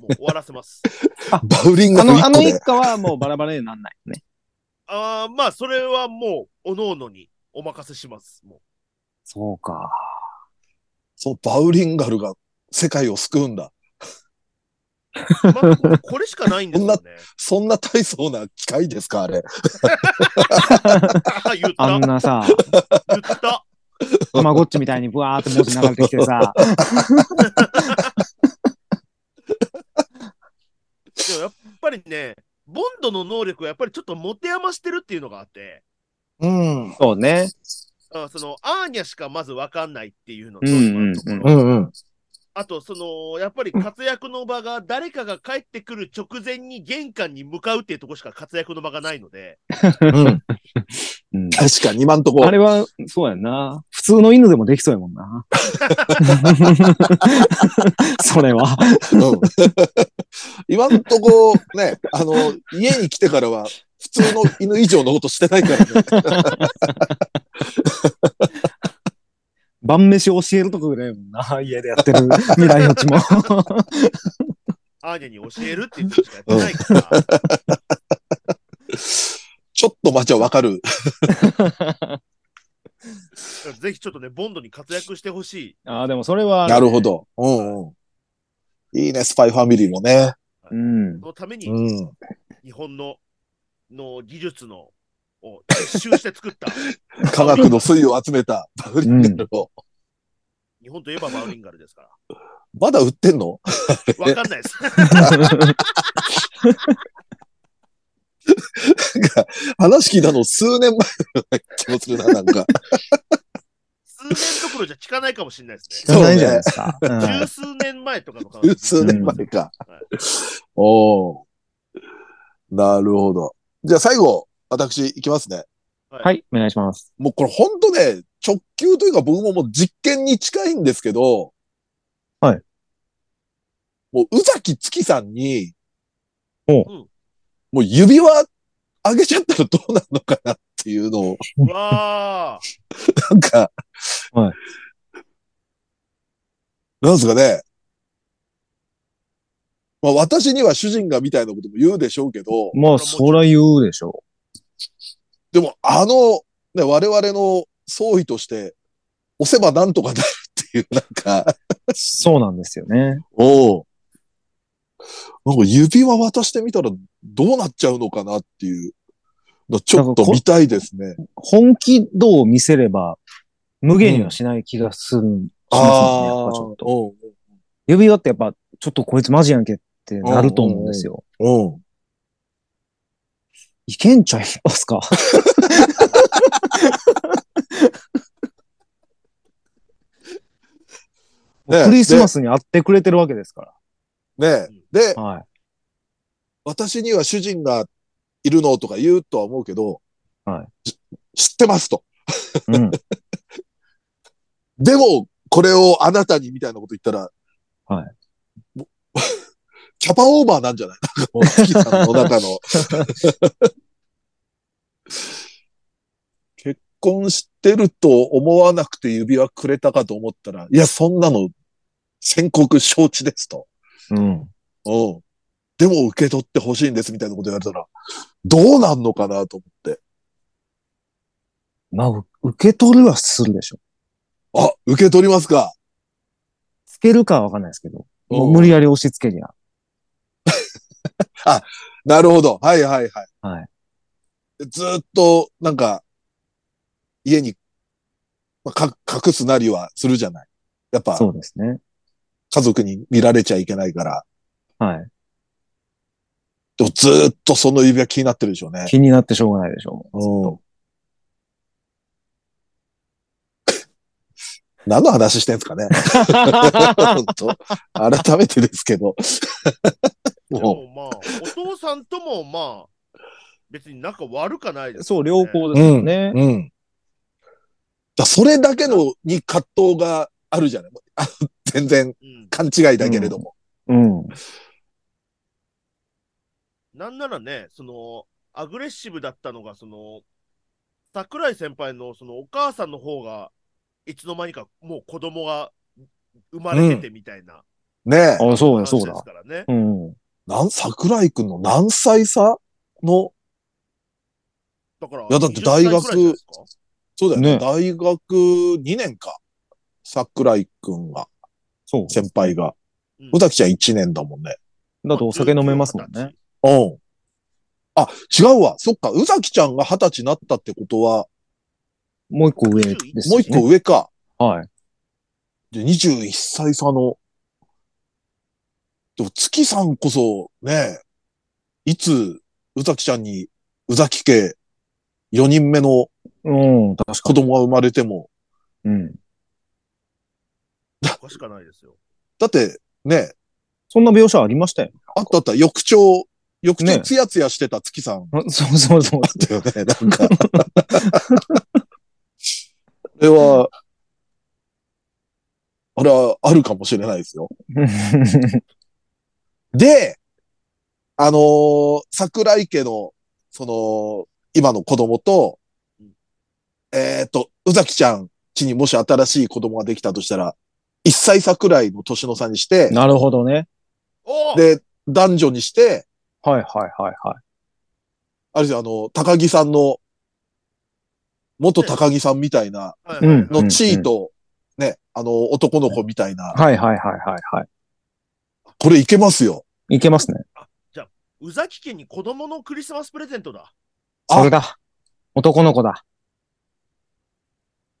[SPEAKER 4] もう終わらせます。
[SPEAKER 2] バウリンガ
[SPEAKER 3] あ
[SPEAKER 2] ル
[SPEAKER 3] の、あ
[SPEAKER 2] 1個
[SPEAKER 3] の
[SPEAKER 2] で
[SPEAKER 3] 一。家はもうバラバラになんない ね。
[SPEAKER 4] あーまあ、それはもう、おののにお任せします。も
[SPEAKER 3] そうか。
[SPEAKER 2] そう、バウリンガルが世界を救うんだ。
[SPEAKER 4] うまあ、これしかないんですよね。
[SPEAKER 2] そんな大層な機械ですか、あれ。
[SPEAKER 4] あ言っ
[SPEAKER 3] あ
[SPEAKER 4] た
[SPEAKER 3] ん、なさ、
[SPEAKER 4] 言った。
[SPEAKER 3] たまごっちみたいにブワーって文字流れてき てさ。
[SPEAKER 4] でもやっぱりね、ボンドの能力はやっぱりちょっと持て余してるっていうのがあって、
[SPEAKER 2] うん、うん、
[SPEAKER 3] そうね。
[SPEAKER 4] あそのアーニャしかまず分かんないっていうの
[SPEAKER 3] う
[SPEAKER 4] と、
[SPEAKER 3] んうんうん
[SPEAKER 4] 今のところ
[SPEAKER 2] うん。
[SPEAKER 4] あと、その、やっぱり活躍の場が誰かが帰ってくる直前に玄関に向かうっていうところしか活躍の場がないので、
[SPEAKER 2] うん、
[SPEAKER 3] うん
[SPEAKER 2] 確かに今んとこ
[SPEAKER 3] あ。れは、そうやんな。普通の犬でもできそうやもん な。それは。
[SPEAKER 2] うん 今んとこ、ね、あの、家に来てからは、普通の犬以上のことしてないからね。
[SPEAKER 3] 晩飯教えるとこぐらいやもんな。家でやってる未来予知も。
[SPEAKER 4] アーニャに教えるっていうことしかやってないから、
[SPEAKER 2] ちょっと待ちはわかる。
[SPEAKER 4] ぜひちょっとね、ボンドに活躍してほしい。
[SPEAKER 3] ああ、でもそれは、
[SPEAKER 2] なるほ。ど。うん、うん。いいね、スパイファミリーもね。
[SPEAKER 3] うん。
[SPEAKER 4] そのために、
[SPEAKER 2] うん。
[SPEAKER 4] 日本のの技術のを結集して 作った、
[SPEAKER 2] 科学の粋を集めたバウリンガルを。
[SPEAKER 4] 日本といえばバウリンガルですから。
[SPEAKER 2] まだ売ってんの
[SPEAKER 4] わかんないです。
[SPEAKER 2] なんか、話聞いたの数年前の気もするな、なんか。
[SPEAKER 4] 数年どころじゃ聞かないかもしれないです
[SPEAKER 3] 知
[SPEAKER 4] ね。
[SPEAKER 3] らないじゃないですか。うん
[SPEAKER 4] 十数年前とかの感
[SPEAKER 2] 十
[SPEAKER 4] じ。
[SPEAKER 2] 数年前か。おお。なるほど。じゃあ最後、私いきますね。
[SPEAKER 3] はい、お願いします。
[SPEAKER 2] もうこれほんとね、直球というか僕ももう実験に近いんですけど。
[SPEAKER 3] はい。
[SPEAKER 2] もう宇崎月さんに、
[SPEAKER 3] お
[SPEAKER 4] う
[SPEAKER 2] もう指輪あげちゃったらどうなるのかなっていうのを、
[SPEAKER 4] わあ、
[SPEAKER 2] なんか、
[SPEAKER 3] はい。
[SPEAKER 2] なんですかね。まあ私には主人がみたいなことも言うでしょうけど、
[SPEAKER 3] まあ、そら言うでしょ
[SPEAKER 2] でもあの、ね、我々の総意として、押せばなんとかなるっていう、なんか、
[SPEAKER 3] う。そうなんですよね。
[SPEAKER 2] おなんか指輪渡してみたらどうなっちゃうのかなっていうのちょっと見たいですね。
[SPEAKER 3] 本気度を見せれば、無限にはしない気がするん、しますね、やっぱちょっと。
[SPEAKER 2] ー
[SPEAKER 3] 指輪ってやっぱ、ちょっとこいつマジやんけってなると思うんですよ。
[SPEAKER 2] うん。うん。
[SPEAKER 3] いけんちゃいますかもうクリスマスに会ってくれてるわけですか
[SPEAKER 2] ねえ。で、
[SPEAKER 3] ら。はい。
[SPEAKER 2] 私には主人がいるのとか言うとは思うけど、
[SPEAKER 3] は
[SPEAKER 2] し知ってますと。
[SPEAKER 3] うん。
[SPEAKER 2] でも、これをあなたにみたいなこと言ったら、。
[SPEAKER 3] はい
[SPEAKER 2] キャパオーバーなんじゃないなんかもう、月さんの中 の。結婚してると思わなくて指輪くれたかと思ったら、いや、そんなの、宣告承知ですと。
[SPEAKER 3] うん。
[SPEAKER 2] うん。でも受け取ってほしいんですみたいなこと言われたら、どうなんのかなと思って。
[SPEAKER 3] まあ、う受け取るはするでしょ。
[SPEAKER 2] あ、受け取りますか。
[SPEAKER 3] つけるかはわかんないですけど、もう
[SPEAKER 2] うん
[SPEAKER 3] 無理やり押し付けりゃ。
[SPEAKER 2] なるほど。はいはいはい。
[SPEAKER 3] はい。
[SPEAKER 2] ずーっと、なんか、家に、まあか隠すなりはするじゃない。やっぱ、
[SPEAKER 3] そうですね。
[SPEAKER 2] 家族に見られちゃいけないから。
[SPEAKER 3] はい。
[SPEAKER 2] でもずーっとその指輪気になってるでしょうね。
[SPEAKER 3] 気になってしょうがないでしょ
[SPEAKER 2] う
[SPEAKER 3] う。
[SPEAKER 2] ん。 何の話してんすかね 本当改めてですけど。
[SPEAKER 4] で
[SPEAKER 2] も
[SPEAKER 4] もまあ、お父さんともまあ、別に仲悪かないです、
[SPEAKER 3] そう、良好
[SPEAKER 2] う
[SPEAKER 3] ですよね。
[SPEAKER 2] うん。だそれだけのに葛藤があるじゃないあの全然
[SPEAKER 4] うん。
[SPEAKER 2] 勘違いだけれども。
[SPEAKER 3] うん。
[SPEAKER 4] なんならね、その、アグレッシブだったのが、その、桜井先輩のそのお母さんの方が、いつの間にかもう子供が生まれててみたいな
[SPEAKER 2] ねえ。
[SPEAKER 3] あ、そうだ、
[SPEAKER 4] 話で
[SPEAKER 3] そう
[SPEAKER 4] す
[SPEAKER 3] だ
[SPEAKER 4] か。らね。
[SPEAKER 3] うん。
[SPEAKER 2] なん、桜井くんの何歳差の、
[SPEAKER 4] だから、
[SPEAKER 2] いやだって大学
[SPEAKER 4] 20歳くらいじゃないですか
[SPEAKER 2] そうだよね。
[SPEAKER 3] ね
[SPEAKER 2] 大学2年か。桜井くんが、
[SPEAKER 3] そう。
[SPEAKER 2] 先輩が。
[SPEAKER 4] うん
[SPEAKER 2] 宇崎ちゃん1年だもんね。
[SPEAKER 3] だとお酒飲めますもんね。。
[SPEAKER 2] うん。あ、違うわ。そっか。宇崎ちゃんが20歳になったってことは、
[SPEAKER 3] もう一個上です、ね。
[SPEAKER 2] もう一個上か。
[SPEAKER 3] 個。はい。
[SPEAKER 2] で、21歳差の。でも、月さんこそ、ね、いつ、宇崎ちゃんに、宇崎家、4人目の
[SPEAKER 3] うん、確か
[SPEAKER 2] 子供が生まれても、
[SPEAKER 3] に。うん。
[SPEAKER 4] おかしかないですよ。
[SPEAKER 2] だって、ね、
[SPEAKER 3] そんな描写ありましたよ。
[SPEAKER 2] あったあった、翌朝、翌朝、
[SPEAKER 3] ね
[SPEAKER 2] ツヤツヤしてた月さん
[SPEAKER 3] そうそう そう。
[SPEAKER 2] だよね、なん か。これは、あれはあるかもしれないですよ。で、あのー桜井家の、その、今の子供と
[SPEAKER 4] うん、
[SPEAKER 2] えっ、と、宇崎ちゃん家にもし新しい子供ができたとしたら、一歳桜井の年の差にして、
[SPEAKER 3] なるほどね。
[SPEAKER 4] お
[SPEAKER 2] で、男女にして、
[SPEAKER 3] はいはいはいはい。
[SPEAKER 2] あれですよ、あの、高木さんの、元高木さんみたいな、
[SPEAKER 4] はいはいはい
[SPEAKER 2] の地位と、ね、あの、男の子みたいな、
[SPEAKER 3] はいはいはいはいは
[SPEAKER 2] これいけますよ。
[SPEAKER 3] い。いけますね。
[SPEAKER 4] 宇崎家に子供のクリスマスプレゼントだ。
[SPEAKER 2] あ
[SPEAKER 3] それだ。男の子だ。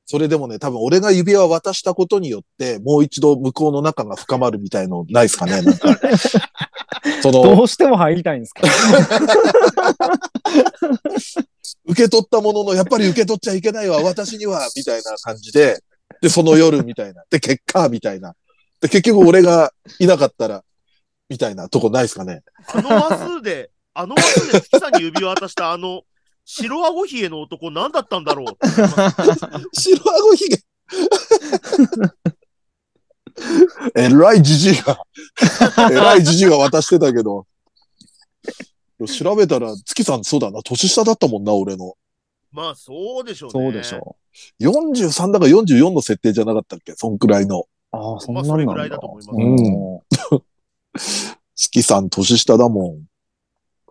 [SPEAKER 2] それでもね、多分俺が指輪渡したことによって、もう一度向こうの仲が深まるみたいのないですかねなん か。そ
[SPEAKER 3] ど
[SPEAKER 2] の、
[SPEAKER 3] うしても入りたいんですか
[SPEAKER 2] 受け取ったものの、やっぱり受け取っちゃいけないわ、私には、みたいな感じで、で、その夜みたいな。で、結果、みたいな。で、結局俺がいなかったら、みたいなとこないですかね。
[SPEAKER 4] あの話数で、あの話数で月さんに指輪渡したあの、白あごひげの男何だったんだろうって思います
[SPEAKER 2] 白あごひげ。えらいじじいが、えらいじじいが渡してたけど。調べたら、月さんそうだな、年下だったもんな、俺の。
[SPEAKER 4] まあ、そうでしょうね。
[SPEAKER 3] そうでしょ
[SPEAKER 2] 43だか44の設定じゃなかったっけそんくらいの。
[SPEAKER 3] う。ああ、そん
[SPEAKER 4] ま
[SPEAKER 3] なんな
[SPEAKER 4] あそれ
[SPEAKER 3] ん
[SPEAKER 4] ぐら
[SPEAKER 3] だ
[SPEAKER 4] いだと思います
[SPEAKER 2] ね
[SPEAKER 3] うん。
[SPEAKER 2] 月さん年下だもん。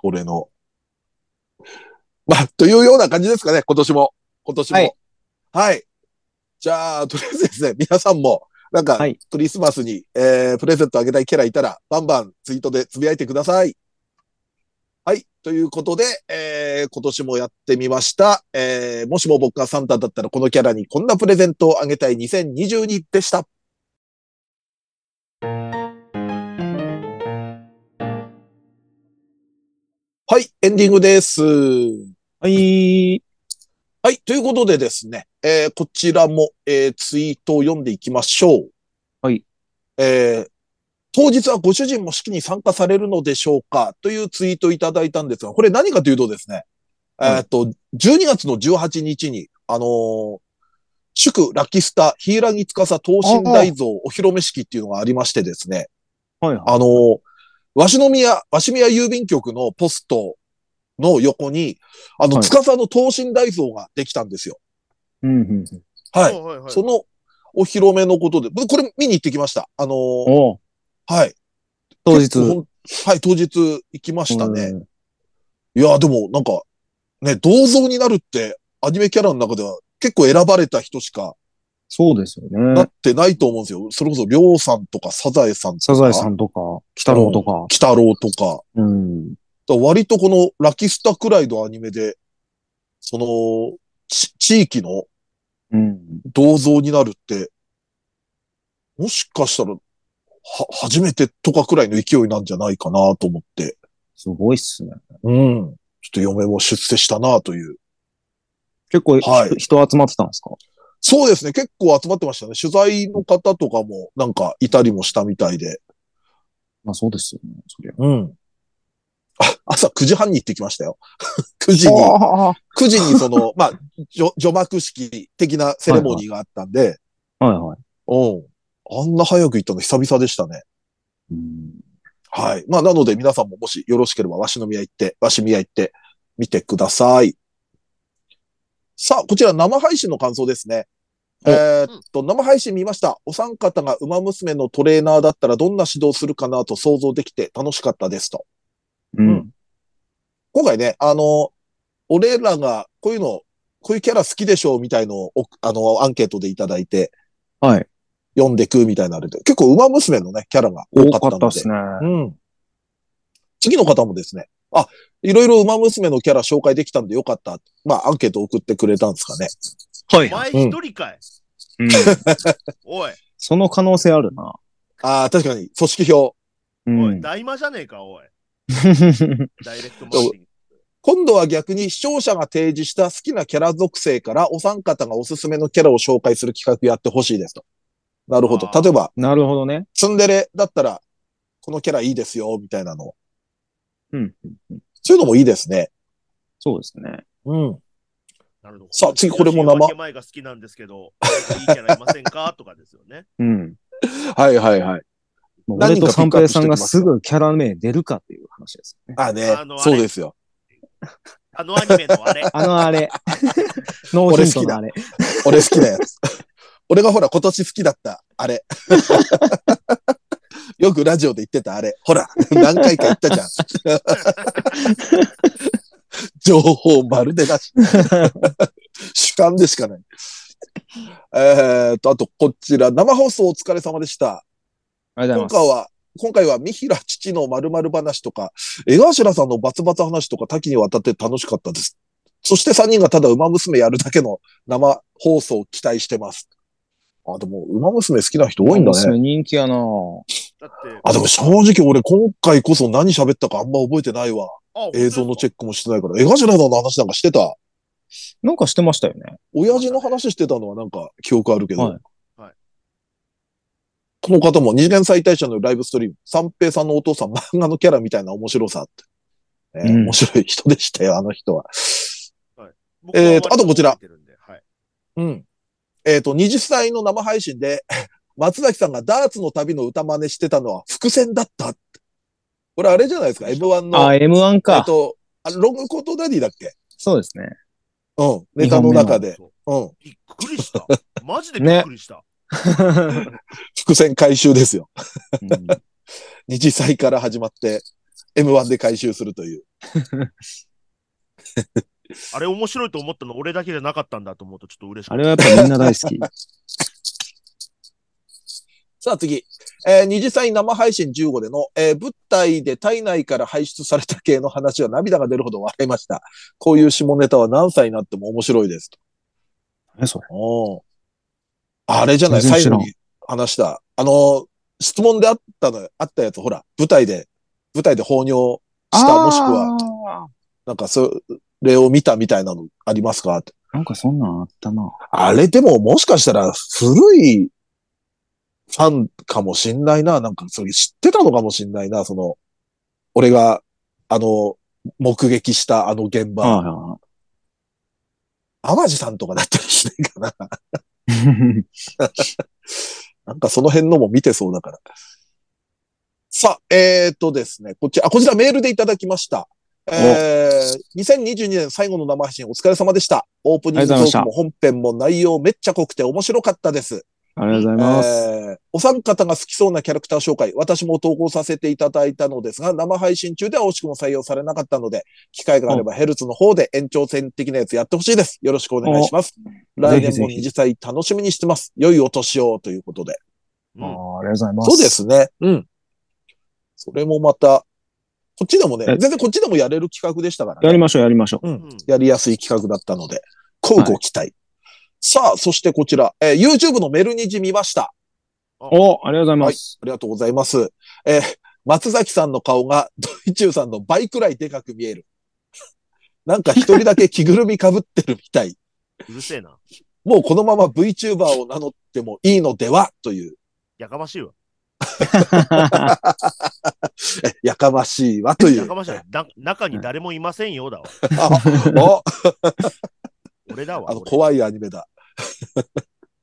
[SPEAKER 2] 俺の。まあ、というような感じですかね、今年も。今年も。
[SPEAKER 3] はい
[SPEAKER 2] はい。じゃあ、とりあえずですね、皆さんも、なんか
[SPEAKER 3] は、い。
[SPEAKER 2] クリスマスに、えー、プレゼントあげたいキャラいたら、バンバンツイートでつぶやいてください。はい。ということで、えー、今年もやってみました。えー、もしも僕がサンタだったらこのキャラにこんなプレゼントをあげたい2022でした。はい、エンディングです。
[SPEAKER 3] はい。
[SPEAKER 2] はい。ということでですね、えーこちらも、えーツイートを読んでいきましょう。
[SPEAKER 3] はい。
[SPEAKER 2] えー当日はご主人も式に参加されるのでしょうかというツイートをいただいたんですが、これ何かというとですね、えーっと、12月の18日に、あのー祝ラキスタ、ヒーラギ司等身大像お披露目式っていうのがありましてですね、
[SPEAKER 3] はいはい。
[SPEAKER 2] あのー、鷲宮、鷲宮郵便局のポストの横に、あの、
[SPEAKER 3] はい
[SPEAKER 2] 司の等身大像ができたんですよ。
[SPEAKER 3] うんうんうん。
[SPEAKER 2] はい。
[SPEAKER 4] はいはい
[SPEAKER 2] そのお披露目のことで、僕これ見に行ってきました。あのー
[SPEAKER 3] おう
[SPEAKER 2] はい。
[SPEAKER 3] 当
[SPEAKER 2] 結
[SPEAKER 3] 日。
[SPEAKER 2] 構ほんはい、当日行きましたね。
[SPEAKER 3] うん
[SPEAKER 2] いや、でもなんか、ね、銅像になるってアニメキャラの中では結構選ばれた人しか
[SPEAKER 3] そうですよ
[SPEAKER 2] な
[SPEAKER 3] ね
[SPEAKER 2] っ。てないと思うんですよ。それこそ、りょうさんとかサザエさんとか、
[SPEAKER 3] サザエさんとか、北郎とか。
[SPEAKER 2] 鬼太郎とか、
[SPEAKER 3] うん。
[SPEAKER 2] だから割とこのラキスタくらいのアニメで、その、ち地域の
[SPEAKER 3] うん。
[SPEAKER 2] 銅像になるって、もしかしたら、は、初めてとかくらいの勢いなんじゃないかなと思って、
[SPEAKER 3] すごいっすね。
[SPEAKER 2] うん。ちょっと嫁も出世したなという。
[SPEAKER 3] 結構、
[SPEAKER 2] はい
[SPEAKER 3] 人集まってたんですか
[SPEAKER 2] そうですね。結構集まってましたね。取材の方とかもなんかいたりもしたみたいで。
[SPEAKER 3] まあそうですよね。そりゃ。
[SPEAKER 2] うん。あ、朝9時半に行ってきましたよ。9時に、
[SPEAKER 3] ああ
[SPEAKER 2] 9時にその、 まあ、じょ除幕式的なセレモニーがあったんで、
[SPEAKER 3] はいはい。
[SPEAKER 2] うん。あんな早く行ったの久々でしたね。
[SPEAKER 3] うん
[SPEAKER 2] はい。まあ、なので皆さんももしよろしければ、わしの宮行って、わし宮行って、見てください。さあ、こちら生配信の感想ですね。
[SPEAKER 3] お
[SPEAKER 2] えーっと、生配信見ました。お三方が馬娘のトレーナーだったらどんな指導するかなと想像できて楽しかったですと。
[SPEAKER 3] うん。
[SPEAKER 2] 今回ね、あの、俺らがこういうの、こういうキャラ好きでしょうみたいのを、おあの、アンケートでいただいて、
[SPEAKER 3] はい。
[SPEAKER 2] 読んでくみたいなあれで、結構馬娘のね、キャラが多
[SPEAKER 3] 多
[SPEAKER 2] かった
[SPEAKER 3] か
[SPEAKER 2] ので。
[SPEAKER 3] ったですね。
[SPEAKER 2] うん。次の方もですね、あ、いろいろ馬娘のキャラ紹介できたんでよかった。まあ、アンケート送ってくれたんですかね。
[SPEAKER 3] は
[SPEAKER 4] お前一人かい、
[SPEAKER 3] うん
[SPEAKER 4] おい、
[SPEAKER 3] その可能性あるな。
[SPEAKER 2] ああ、確かに、組織表。
[SPEAKER 3] う
[SPEAKER 4] おい、
[SPEAKER 3] ん。
[SPEAKER 4] 大魔じゃねえか、おい。 ダイレクトマーケティング。
[SPEAKER 2] 今度は逆に視聴者が提示した好きなキャラ属性からお三方がおすすめのキャラを紹介する企画やってほしいですと。なるほど
[SPEAKER 4] あ。ー
[SPEAKER 2] 例えば、
[SPEAKER 3] なるほどね。
[SPEAKER 2] ツンデレだったら、このキャラいいですよ、みたいなの。
[SPEAKER 3] うん。
[SPEAKER 2] そういうのもいいですね。
[SPEAKER 3] そうですね。
[SPEAKER 2] うん。
[SPEAKER 4] なるほど
[SPEAKER 2] さあ次これも生
[SPEAKER 4] 夜明け前が好きなんですけど、いいキャラいませんかとかですよね。
[SPEAKER 3] うん。
[SPEAKER 2] はいはいはい。
[SPEAKER 3] もう
[SPEAKER 2] 何
[SPEAKER 3] 俺
[SPEAKER 2] 人か
[SPEAKER 3] と
[SPEAKER 2] ピ
[SPEAKER 3] 三
[SPEAKER 2] ックアップ
[SPEAKER 3] 平
[SPEAKER 2] して
[SPEAKER 3] さ
[SPEAKER 2] き
[SPEAKER 3] ん
[SPEAKER 2] ま
[SPEAKER 3] が
[SPEAKER 2] す
[SPEAKER 3] すぐキャラ名出るかっていう話 ですよね。
[SPEAKER 2] あね
[SPEAKER 4] あの、あれ
[SPEAKER 2] そうですよ。
[SPEAKER 4] あのアニメのあれ。
[SPEAKER 3] あのあれ。 ノーヒントのあれ。
[SPEAKER 2] 俺好きなやつ。俺がほら今年好きだった、あれ。 よくラジオで言ってたあれ。ほら、何回か言ったじゃん。 情報まるでなし。 主観でしかない。えーっと、あとこちら、生放送お疲れ様でした。
[SPEAKER 3] ありがとう
[SPEAKER 2] 今
[SPEAKER 3] ござい
[SPEAKER 2] 回
[SPEAKER 3] ます。
[SPEAKER 2] は、今回は、三平父の〇〇話とか、江頭さんのバツバツ話とか多岐にわたって楽しかったです。そして3人がただ馬娘やるだけの生放送を期待してます。あ、でも、馬娘好きな人多いんだね。
[SPEAKER 3] 娘人気やな
[SPEAKER 4] だって、
[SPEAKER 2] あ、でも正直俺今回こそ何喋ったかあんま覚えてないわ。
[SPEAKER 4] あ
[SPEAKER 2] 映像のチ
[SPEAKER 4] ェッ
[SPEAKER 2] ェックもしてないから。江頭さんの話なんかしてた。
[SPEAKER 3] なんかしてましたよね。
[SPEAKER 2] 親父の話してたのはなんか記憶あるけど。
[SPEAKER 3] はい
[SPEAKER 4] はい
[SPEAKER 2] この方も二次元再退社のライブストリーム、三平さんのお父さん漫画のキャラみたいな面白さって。ね
[SPEAKER 3] うん
[SPEAKER 2] 面白い人でしたよ、あの人は。
[SPEAKER 4] ク
[SPEAKER 2] えーとあとこちら。
[SPEAKER 4] 僕は割覚えてるんではい
[SPEAKER 2] うん。えっ、と、20歳の生配信で、 松崎さんがダーツの旅の歌真似してたのは伏線だったって。これあれじゃないですか、M1
[SPEAKER 3] あ、
[SPEAKER 2] の。えっ、
[SPEAKER 3] M1 か。
[SPEAKER 2] と、あロングコートダディだっけ
[SPEAKER 3] そうです ね。
[SPEAKER 2] うん。ネタの中で。
[SPEAKER 4] そう
[SPEAKER 2] うん。
[SPEAKER 4] びっく りした。マジでびっくりした。
[SPEAKER 2] 伏線回収ですよ。
[SPEAKER 3] うん
[SPEAKER 2] 二次祭から始まって、M1 で回収するという。
[SPEAKER 4] あれ面白いと思ったの俺だけじゃなかったんだと思うとちょっと嬉しか
[SPEAKER 3] あ
[SPEAKER 4] っ
[SPEAKER 3] れはやっぱみんな大好き。
[SPEAKER 2] さあ次。えー、二次祭生配信15での、えー、物体で体内から排出された系の話は涙が出るほど笑いました。こういう下ネタは何歳になっても面白いです。と
[SPEAKER 3] え、それ。
[SPEAKER 2] おーあれじゃない
[SPEAKER 3] 全
[SPEAKER 2] 最
[SPEAKER 3] 然知ら
[SPEAKER 2] 後
[SPEAKER 3] ん
[SPEAKER 2] に話した。あの、質問であったの、あったやつ、ほら、舞台で、舞台で放尿した、もしくは、
[SPEAKER 3] は。
[SPEAKER 2] なんかそれを見たみたいなのありますかって
[SPEAKER 3] なんかそんなんあったな。
[SPEAKER 2] あれでももしかしたら古いファンかもしんないな。なんかそれ知ってたのかもしんないな。その、俺が、あの、目撃したあの現場、
[SPEAKER 3] あ
[SPEAKER 2] 淡路さんとかだったりしないかな。
[SPEAKER 3] あ。
[SPEAKER 2] なんかその辺のも見てそうだから。さあ、えー、とですね、こっち、あ、こちらメールでいただきました。えー、2022年最後の生配信お疲れ様でした。オープニングトークも本編も内容めっちゃ濃くて面白かったです。
[SPEAKER 3] ありがとうございます。
[SPEAKER 2] えーお三方が好きそうなキャラクター紹介、私も投稿させていただいたのですが、生配信中では惜しくも採用されなかったので、機会があればヘルツの方で延長戦的なやつやってほしいです。よろしくお願いします。
[SPEAKER 3] お
[SPEAKER 2] 来
[SPEAKER 3] ぜひ
[SPEAKER 2] 年
[SPEAKER 3] ぜ
[SPEAKER 2] も
[SPEAKER 3] ひ
[SPEAKER 2] 二次祭楽しみにしてます。良いお年をということで。
[SPEAKER 4] うん
[SPEAKER 3] ああありがとうございます。
[SPEAKER 2] そうで。すね。うん。それもまた、こっちでもね、
[SPEAKER 3] え
[SPEAKER 2] 全然こっちでもやれる企画でしたから
[SPEAKER 3] や
[SPEAKER 2] ね。
[SPEAKER 3] りましょう、やりましょう。
[SPEAKER 4] うん
[SPEAKER 2] やりやすい企画だったので、乞うご期待。さあ、そしてこちら、えー YouTube のメルニジ見ました。
[SPEAKER 3] お、ありがとうございます。
[SPEAKER 2] ありがとうございます。えー松崎さんの顔が、 ドイチューさんの倍くらいでかく見える。 なんか一人だけ着ぐるみ被ってるみたい。
[SPEAKER 4] うるせえな。
[SPEAKER 2] もうこのまま VTuber を名乗ってもいいのではという、
[SPEAKER 4] やかましいわ。
[SPEAKER 2] えやかましいわという。
[SPEAKER 4] やかましいわ。だ中に誰もいません よだわ。
[SPEAKER 2] あ お
[SPEAKER 4] 俺だわ。
[SPEAKER 2] あの、
[SPEAKER 4] 俺
[SPEAKER 2] 怖いアニメだ。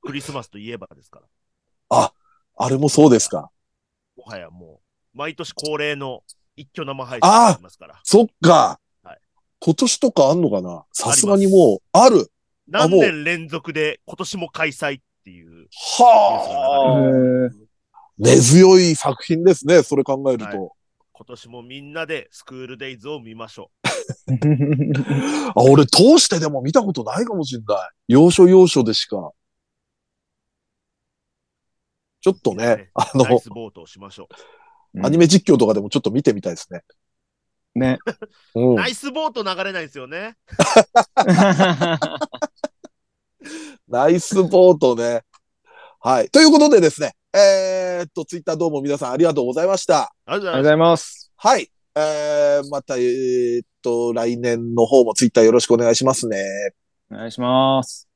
[SPEAKER 4] クリスマスといえばですから。
[SPEAKER 2] あれもそうですか。
[SPEAKER 4] もはやもう、毎年恒例の一挙生配信
[SPEAKER 2] あー
[SPEAKER 4] がありますから。
[SPEAKER 2] そっか。
[SPEAKER 4] はい
[SPEAKER 2] 今年とかあんのかなさすがにもう、ある。
[SPEAKER 4] 何年連続で今年も開催っていう。
[SPEAKER 3] え
[SPEAKER 2] はあ。
[SPEAKER 3] ー
[SPEAKER 2] 根強い作品ですね。それ考えると。
[SPEAKER 4] はい今年もみんなでスクールデイズを見ましょ
[SPEAKER 2] あ、俺通してでも見たことないかもしんない。要所要所でしか。ちょっと
[SPEAKER 4] いいです
[SPEAKER 2] ね
[SPEAKER 4] ね、
[SPEAKER 2] あ
[SPEAKER 4] う。ナイ
[SPEAKER 2] の、
[SPEAKER 4] スボートをしましょう。
[SPEAKER 2] アニメ実況とかでもちょっと見てみたいですね。
[SPEAKER 3] ね。
[SPEAKER 2] うん。
[SPEAKER 4] ナイスボート流れないですよね。
[SPEAKER 2] ナイスボートね。はい。ということでですね、えー、っと、ツイッターどうも皆さんありがとうございました。
[SPEAKER 3] あ
[SPEAKER 4] ありが
[SPEAKER 3] りがとう
[SPEAKER 4] とう
[SPEAKER 3] ご
[SPEAKER 4] ござい
[SPEAKER 3] ざいます。
[SPEAKER 2] はい。えー、また、えーっと、来年の方もツイッターよろしくお願いしますね。
[SPEAKER 3] お願いします。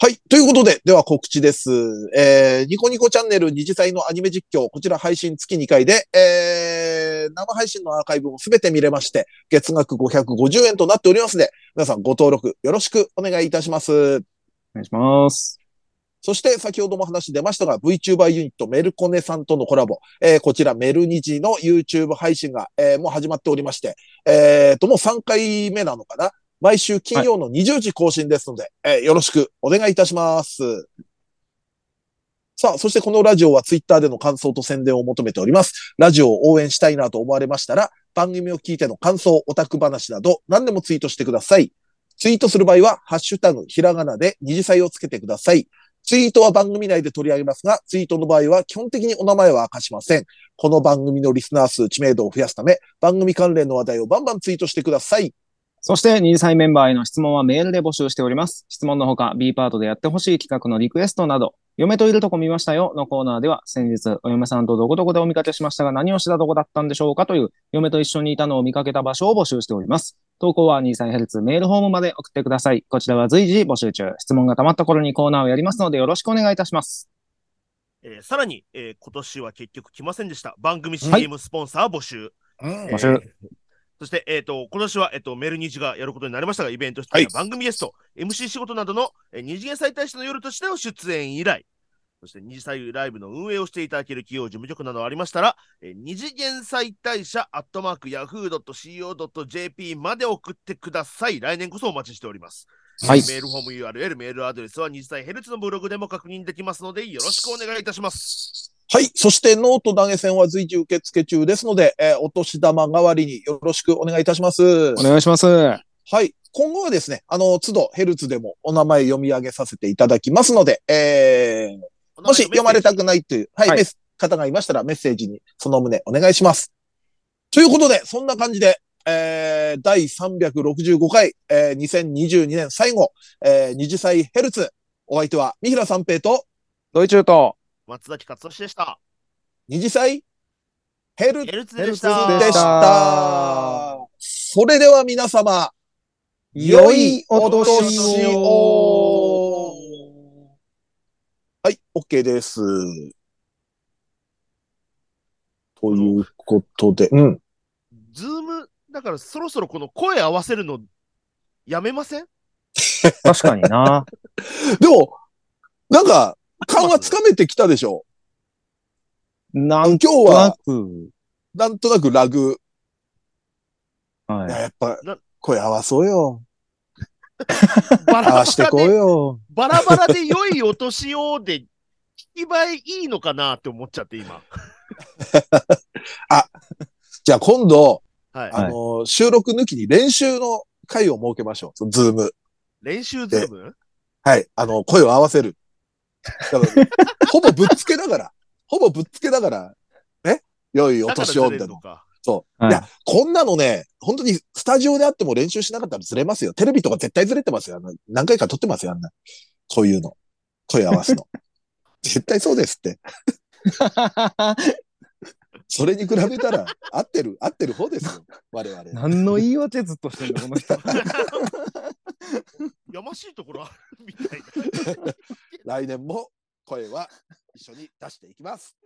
[SPEAKER 2] はい。ということで、では告知です。えー、ニコニコチャンネル二次祭のアニメ実況、こちら配信月2回で、えー、生配信のアーカイブもすべて見れまして、月額550円となっておりますので、皆さんご登録よろしくお願いいたします。
[SPEAKER 3] お願いします。
[SPEAKER 2] そして、先ほども話出ましたが、VTuber ユニットメルコネさんとのコラボ、えーこちらメルニジの YouTube 配信が、えーもう始まっておりまして、えーと、もう3回目なのかな毎週金曜の20時更新ですので、えーよろしくお願いいたします。さあ、そしてこのラジオは Twitter での感想と宣伝を求めております。ラジオを応援したいなと思われましたら、番組を聞いての感想、オタク話など、何でもツイートしてください。ツイートする場合は、ハッシュタグ、ひらがなで二次祭をつけてください。ツイートは番組内で取り上げますが、ツイートの場合は基本的にお名前は明かしません。この番組のリスナー数、知名度を増やすため、番組関連の話題をバンバンツイートしてください。
[SPEAKER 3] そして、二次祭メンバーへの質問はメールで募集しております。質問のほか、B パートでやってほしい企画のリクエストなど、嫁といるとこ見ましたよのコーナーでは、先日、お嫁さんとどこどこでお見かけしましたが、何をしたどこだったんでしょうかという、嫁と一緒にいたのを見かけた場所を募集しております。投稿は二次祭ヘルツメールフォームまで送ってください。こちらは随時募集中。質問が溜まった頃にコーナーをやりますので、よろしくお願いいたします。
[SPEAKER 4] えーさらに、えー今年は結局来ませんでした。番組
[SPEAKER 3] はい
[SPEAKER 4] CM スポンサー募集。
[SPEAKER 2] うん
[SPEAKER 4] えー
[SPEAKER 3] 募集
[SPEAKER 4] そして、えっ、と、今年は、えっ、と、メルニジがやることになりましたが、イベント出
[SPEAKER 2] は
[SPEAKER 4] 演
[SPEAKER 2] い
[SPEAKER 4] や番組ゲスト、MC 仕事などの、えー二次元再大使の夜としての出演以来、そして二次祭ライブの運営をしていただける企業、事務局などありましたら、えー二次元再大社アットマーク yahoo.co.jp まで送ってください。来年こそお待ちしております。
[SPEAKER 3] はい
[SPEAKER 4] えーメールフォーム URL、メールアドレスは二次祭ヘルツのブログでも確認できますので、よろしくお願いいたします。
[SPEAKER 2] はい。そして、ノート投げ銭は随時受付中ですので、えーお年玉代わりによろしくお願いいたします。
[SPEAKER 3] お願いします。は
[SPEAKER 2] はい。今後はですね、あの、都度ヘルツでもお名前読み上げさせていただきますので、えー、もし読まれたくないという、はい、
[SPEAKER 3] はい
[SPEAKER 2] メッ方がいましたらメッセージにその旨お願いします。ということで、そんな感じで、えー、第365回、えー、2022年最後、えー、20歳ヘルツ。お相手は、三平三平と、
[SPEAKER 3] ドイチューと、
[SPEAKER 4] 松崎勝利でした。
[SPEAKER 2] 二次祭ヘル
[SPEAKER 4] ヘ
[SPEAKER 2] ツ
[SPEAKER 4] ルツ
[SPEAKER 3] ヘ
[SPEAKER 4] で
[SPEAKER 3] ル
[SPEAKER 4] し
[SPEAKER 3] ツ
[SPEAKER 4] た。
[SPEAKER 2] でした。それでは皆様、良いお年を。はい、OK です。ということで、うん。
[SPEAKER 4] ズーム、だからそろそろこの声合わせるのやめません
[SPEAKER 3] 確かにな。
[SPEAKER 2] でも、なんか、感はつかめてきたでしょ
[SPEAKER 3] な
[SPEAKER 2] 今
[SPEAKER 3] ん
[SPEAKER 2] 日
[SPEAKER 3] とな
[SPEAKER 2] は、
[SPEAKER 3] く、
[SPEAKER 2] なんとなくラグ。いや
[SPEAKER 3] はい。
[SPEAKER 2] やっぱ
[SPEAKER 4] な、
[SPEAKER 2] 声合わそうよ。
[SPEAKER 4] バ
[SPEAKER 2] 合
[SPEAKER 4] ラ
[SPEAKER 2] わして
[SPEAKER 4] バ
[SPEAKER 2] こう
[SPEAKER 4] ラで、
[SPEAKER 2] よ。
[SPEAKER 4] バラバラで良いお年をで、聞き映えいいのかなって思っちゃって今。
[SPEAKER 2] じゃあ今度、
[SPEAKER 4] はい。
[SPEAKER 2] あのー、収録抜きに練習の会を設けましょうその。ズーム。
[SPEAKER 4] 練習ズーム
[SPEAKER 2] はい。あの、声を合わせる。だからほぼぶっつけながら、ほぼぶっつけながら、え良いお
[SPEAKER 4] だから
[SPEAKER 2] 年
[SPEAKER 4] ず
[SPEAKER 2] を、
[SPEAKER 4] れ
[SPEAKER 2] みたいな
[SPEAKER 4] るの。か。
[SPEAKER 2] い
[SPEAKER 3] はい
[SPEAKER 2] や、こんなのね、本当にスタジオであっても練習しなかったらずれますよ。テレビとか絶対ずれてますよ。あの何回か撮ってますよ、あんな。こういうの。声合わ すの。絶対そうですって。それに比べたら、合ってる、合ってる方ですよ。我々。
[SPEAKER 3] 何の言い訳ずっとしてんだ、この人。
[SPEAKER 4] やましいところあるみたいな。
[SPEAKER 2] 来年も声は一緒に出していきます。